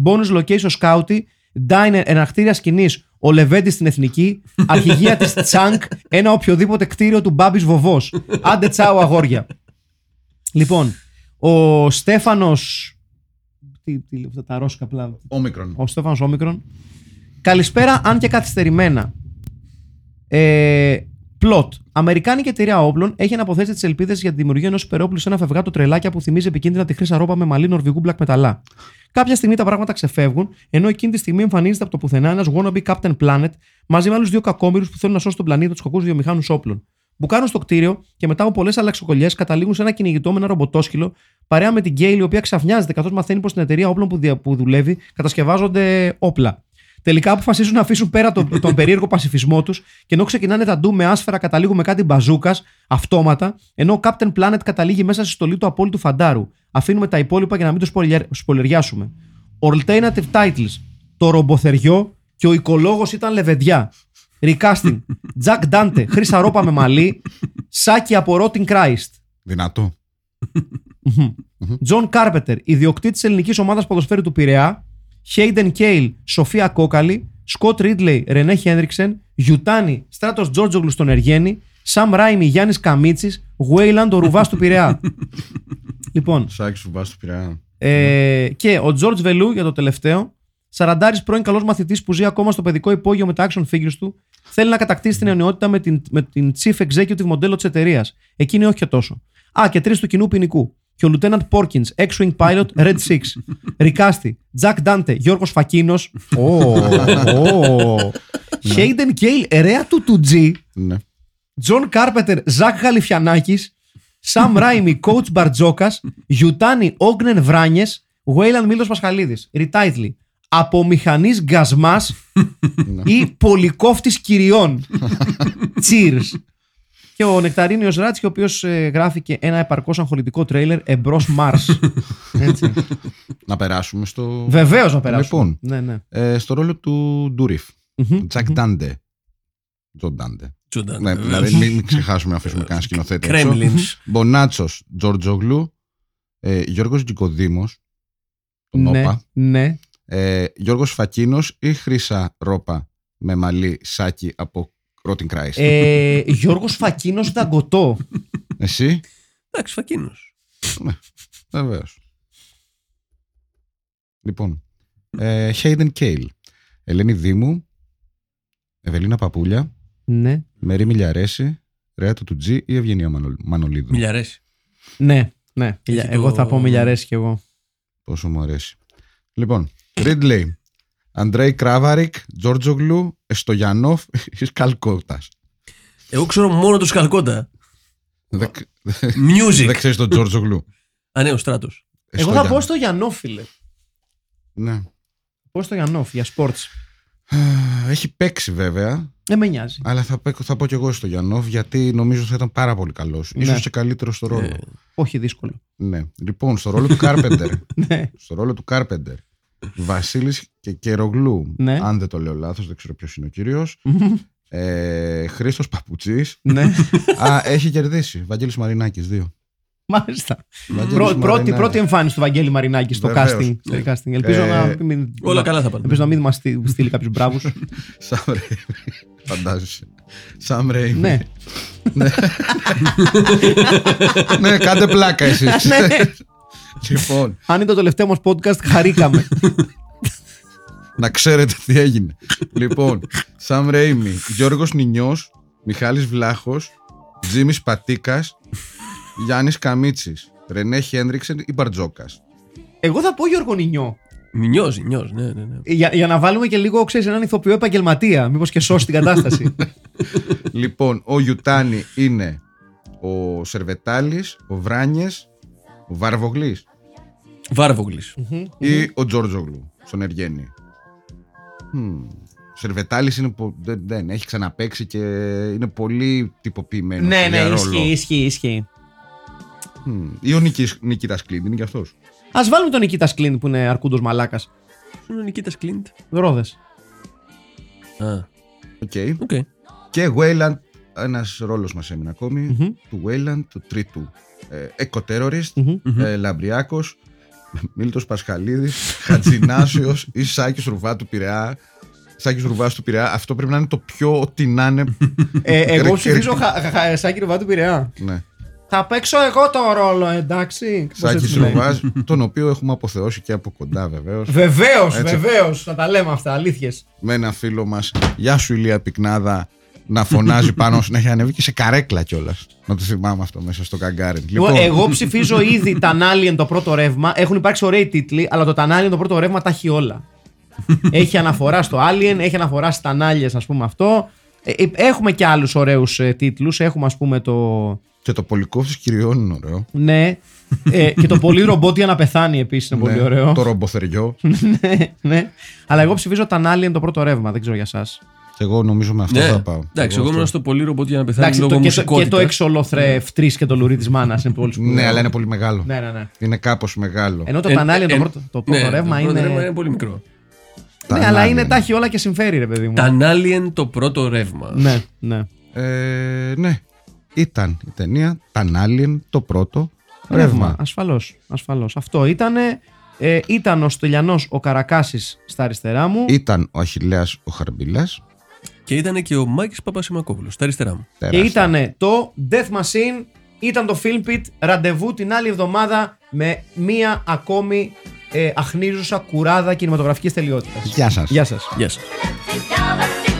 C: Bonus location σκάουτι, Diner εναρκτήρια σκηνή, ο Λεβέντη στην εθνική, αρχηγία της Τσάνκ, ένα οποιοδήποτε κτίριο του Μπάμπης Βοβός. Άντε τσάου αγόρια. Λοιπόν, ο Στέφανος... Τι, τι λέω, αυτά τα ρώσικα απλά.
E: Όμικρον.
C: Ο Στέφανος Όμικρον. Καλησπέρα, αν και καθυστερημένα. Ε, plot. Αμερικάνικη εταιρεία όπλων έχει αναποθέσει τις ελπίδες για τη δημιουργία ενός υπερόπλου σε ένα φευγάτο τρελάκια που θυμίζει επικίνδυνα τη χρήσα ρόπα με μαλλί νορβηγού μπλακ μεταλά. Κάποια στιγμή τα πράγματα ξεφεύγουν, ενώ εκείνη τη στιγμή εμφανίζεται από το πουθενά ένας wannabe Captain Planet μαζί με άλλους δύο κακόμοιρους που θέλουν να σώσουν τον πλανήτη τους κακούς βιομηχάνους όπλων. Μπουκάρουν στο κτίριο και μετά από πολλές αλλαξοκολλιές καταλήγουν σε ένα κυνηγητό με ένα ρομποτόσκυλο παρέα με την Γκέιλ, η οποία ξαφνιάζεται καθώς μαθαίνει πως στην εταιρεία όπλων που, δια- που δουλεύει κατασκευάζονται όπλα. Τελικά αποφασίζουν να αφήσουν πέρα τον, τον περίεργο πασιφισμό τους και ενώ ξεκινάνε τα ντου με άσφαιρα, καταλήγουν με κάτι μπαζούκας αυτόματα, ενώ ο Captain Planet καταλήγει μέσα στη στολή του απόλυτου φαντάρου. Αφήνουμε τα υπόλοιπα για να μην το σπολιερ- σπολιεριάσουμε. Alternative titles. Το ρομποθεριό και ο οικολόγος ήταν λεβεντιά. Recasting. Jack Dante. Χρήσα ρόπα με μαλλί. Σάκι από Rotting Christ.
E: Δυνατό.
C: Τζον Κάρπετερ, ιδιοκτήτη τη ελληνικής ομάδας ποδοσφαίρου του Πειραιά. Χέιντεν Κέιλ, Σοφία Κόκαλη. Σκοτ Ρίτλεϊ, Ρενέ Χένριξεν. Γιουτάνι, Στράτος Τζόρτζογλου στον Εργένη. Σαμ Ράιμι, Γιάννης Καμίτσης. Γουέιλαντ, ο Ρουβάς του Πειραιά. λοιπόν,
E: Σάκης σου βάζει πειρά.
C: ε, και ο Τζορτζ Βελού για το τελευταίο. Σαραντάρης πρώην καλός μαθητής που ζει ακόμα στο παιδικό υπόγειο με τα action figures του, θέλει να κατακτήσει την ενότητα με την, με την chief executive μοντέλο της εταιρείας. Εκείνη όχι και τόσο. Α, και τρεις του κοινού ποινικού. Και ο Lieutenant Porkins, X-Wing Pilot, Red Six. Ρικάστη, Jack Dante, Γιώργος Φακίνος. Hayden Κέιλ, ερέα του 2G.
E: Ναι.
C: Τζον Κάρπετερ, Ζακ Γαλιφιανάκης, Σαμ Ράιμι, Coach Μπαρτζόκας, Γιουτάνι Όγνεν Βράνιες, Γουέιλαν Μίλος Πασχαλίδης. Ριτάιτλι. Από μηχανής γκασμάς
E: Ναι.
C: ή πολυκόφτης κυριών. Cheers. Και ο Νεκταρίνιος Ράτσι, ο οποίος γράφει και ένα επαρκώς αγχολητικό τρέιλερ εμπρός Μάρ.
E: Να περάσουμε στο.
C: Βεβαίως να περάσουμε.
E: Λοιπόν.
C: Ναι, ναι.
E: Ε, στο ρόλο του Ντούριφ.
C: Μμμ.
E: Τζακ Ντάντε. Τζον Ντάντε.
D: Τζούντα.
E: Ναι, δηλαδή μην μην ξεχάσουμε να αφήσουμε κανένα σκηνοθέτη. έξω.
D: Κρέμλινς.
E: Μπονάτσος Τζορτζογλου. Ε, Γιώργος Τζικοδήμο. Τον
C: Ναι,
E: Όπα.
C: ναι.
E: Ε, Γιώργος Φακίνος ή Χρύσα Ρόπα με μαλλί σάκι από Ρότιν Κράιστ.
C: Ε, Γιώργος Φακίνος Δαγκωτό.
E: Εσύ,
D: Εντάξει, φακίνος.
E: βεβαίως. Λοιπόν. Ε, Hayden Κέιλ. Ελένη Δήμου. Ευελίνα Παπούλια.
C: ναι.
E: Μερή Μιλιαρέση. Ρέα του Τουτζή ή Ευγενία Μανολ- Μανολίδου.
D: Μιλιαρέσει.
C: Ναι, ναι.
D: Έχει το-
C: Εγώ θα πω μιλιαρέσει κι εγώ.
E: Πόσο μου αρέσει. Λοιπόν, Ridley, Αντρέι Κράβαρικ, Τζόρτζογλου, Εστογιανόφ ή Σκαλκότα.
D: Εγώ ξέρω μόνο το σκαλκότα.
E: Δεν
D: Music.
E: δεν ξέρεις τον Τζόρτζογλου.
D: Α, ναι, ο στράτος.
C: Εγώ θα
E: Εστογιανόφ.
C: πω Ε, στο Γιαννό, φίλε.
E: Ναι.
C: Πω στο Γιαννό, για σπορτ.
E: Έχει παίξει βέβαια,
C: Δεν με νοιάζει.
E: αλλά θα, παίκω- θα πω κι εγώ στο Γιαννόφ γιατί νομίζω θα ήταν πάρα πολύ καλός.
C: Ναι.
E: Ίσως και καλύτερο στο ρόλο.
D: Ε.
C: Όχι δύσκολο.
E: Ναι. Λοιπόν, στο ρόλο του Κάρπεντερ.
C: Ναι.
E: στο ρόλο του Κάρπεντερ. Βασίλης και Κερογλού.
C: Ναι.
E: Αν δεν το λέω λάθος, δεν ξέρω ποιος είναι ο κύριος. Ε, Χρήστος Παπουτσής.
C: ναι.
E: Α, έχει κερδίσει. Βαγγέλης Μαρινάκης, δύο.
C: Μάλιστα.
E: Βαγγέλης
C: Πρω- πρώτη,
E: Μαρινάκη.
C: πρώτη εμφάνιση του Βαγγέλη Μαρινάκη στο
E: Βεβαίως.
C: casting. στο casting. Ελπίζω,
E: Ε,
C: να, μην,
D: όλα καλά θα πάνε.
C: ελπίζω να μην μας στείλει κάποιους μπράβους.
E: Sam Raimi. Φαντάζεσαι. Sam Raimi.
C: ναι.
E: ναι, κάντε πλάκα εσείς.
C: Ναι.
E: λοιπόν,
C: Αν είναι το τελευταίο μας podcast, χαρήκαμε.
E: να ξέρετε τι έγινε. λοιπόν, Sam Raimi, Γιώργος Νινιός, Μιχάλης Βλάχος, Τζίμις Πατίκας, Γιάννης Καμίτσης, Ρενέ Χένριξεν ή Μπαρτζόκας.
C: Εγώ θα πω Γιώργο Νινιό.
D: Νιώζει, νιώζει, ναι, ναι. ναι.
C: Για, για να βάλουμε και λίγο, ξέρεις, έναν ηθοποιό επαγγελματία. Μήπως και σώσει την κατάσταση.
E: λοιπόν, ο Γιουτάνη είναι ο Σερβετάλης, ο Βράνιες, ο Βαρβογλής
D: Βάρβογγλη.
C: Ναι.
E: ή ο Τζόρτζογλου στον Εργένη. Χμ. Ο Σερβετάλης είναι, πο- δεν, δεν, έχει ξαναπέξει και είναι πολύ τυποποιημένος
C: ναι, ναι,
E: για ρόλο.
C: ισχύει, ισχύει, ισχύει.
E: Χμ. Ή ο Νικης- Νικήτας Κλίντ είναι και αυτός.
C: Ας βάλουμε τον Νικήτα Κλίν που είναι αρκούντος μαλάκας.
D: Είναι ο Νικήτα Κλίντ.
C: Ρόδες.
D: Α,
E: Οκ.
D: οκ.
E: Και Wayland, ένας ρόλος μας έμεινε ακόμη, του Wayland, του τρίτου. Ε, εκοτεροριστ, ε, Λαμπριάκος, Μίλτος Πασχαλίδης, Χατζινάσιος ή Σάκης Ρουβά του Πειραιά. Σάκης Ρουβάς του Πειραιά, αυτό πρέπει να είναι το πιο ότι να είναι.
C: Ε, εγώ
E: Ρε,
C: ψηφίζω
E: κύριε.
C: χα, χα, χα- Σάκη Ρουβά του Πειραιά.
E: ναι.
C: Θα παίξω εγώ το ρόλο, εντάξει. Κάπως
E: Σάκης
C: έτσι λέει.
E: Ρουβάς, τον οποίο έχουμε αποθεώσει και από κοντά βεβαίως.
C: Βεβαίως,
E: Έτσι.
C: βεβαίως. Θα τα λέμε αυτά, αλήθειες.
E: με ένα φίλο μας, γεια σου Ηλία Πυκνάδα, να φωνάζει πάνω συνέχεια, ανέβει και σε καρέκλα κιόλας. Να το θυμάμαι αυτό μέσα στο καγκάρι. Λοιπόν,
C: Εγώ ψηφίζω ήδη τα Alien το πρώτο ρεύμα. Έχουν υπάρξει ωραίοι τίτλοι, αλλά το τα Alien το πρώτο ρεύμα τα έχει όλα. έχει αναφορά στο Alien, έχει αναφορά στι τανάλιε, ας πούμε αυτό. Ε, ε, Έχουμε και άλλους ωραίους τίτλους. Έχουμε, ας πούμε, το.
E: Και το πολυκόφτη κυριών είναι ωραίο.
C: Ναι. Ε, και το πολύ ρομπότια να πεθάνει επίσης είναι πολύ
E: Ναι,
C: ωραίο.
E: Το ρομποθεριό.
C: ναι, ναι. Αλλά εγώ ψηφίζω τα Alien το πρώτο ρεύμα, δεν ξέρω για εσά.
E: και εγώ νομίζω με αυτό
D: Ναι,
E: θα πάω.
D: εντάξει, εγώ
E: αυτό.
D: ήμουν στο πολύ ρομπότ για να πεθάνει
C: Εντάξει, το,
D: λόγω
C: και, το, και το
D: μουσικότητας. Ναι.
C: εξολοθρευτρή και το λουρί της μάνας είναι πολύ σπουδαίο.
E: Ναι, αλλά είναι πολύ μεγάλο.
C: Ναι, ναι, ναι.
E: Είναι κάπως μεγάλο.
C: Ενώ το
D: Ε,
C: τανάλιον
D: ε,
C: το πρώτο, το πρώτο
D: ναι,
C: ρεύμα
D: το πρώτο
C: είναι.
D: ρεύμα είναι πολύ μικρό.
E: Τα
C: Ναι, αλλά
E: Alien.
C: είναι τα έχει όλα και συμφέρει, ρε παιδί μου.
D: Τα Alien το πρώτο ρεύμα.
C: Ναι, ναι.
E: Ε, ναι. Ήταν η ταινία Ταν Alien, το πρώτο
C: Ρεύμα.
E: ρεύμα.
C: Ασφαλώς. Ασφαλώς. Αυτό ήτανε. Ε, ήταν ο Στυλιανός ο Καρακάσης στα αριστερά μου.
E: Ήταν ο Αχιλέας ο Χαρμπίλας.
D: Και ήταν και ο Μάκης Παπασημακόπουλος, στα αριστερά μου.
C: Και
E: Τεράστιο.
C: ήταν το Death Machine, ήταν το Film Pit, ραντεβού την άλλη εβδομάδα με μία ακόμη ε, αχνίζουσα κουράδα κινηματογραφικής τελειότητας.
E: Γεια σας.
C: Γεια σας.
D: Γεια σας.
F: Dollar six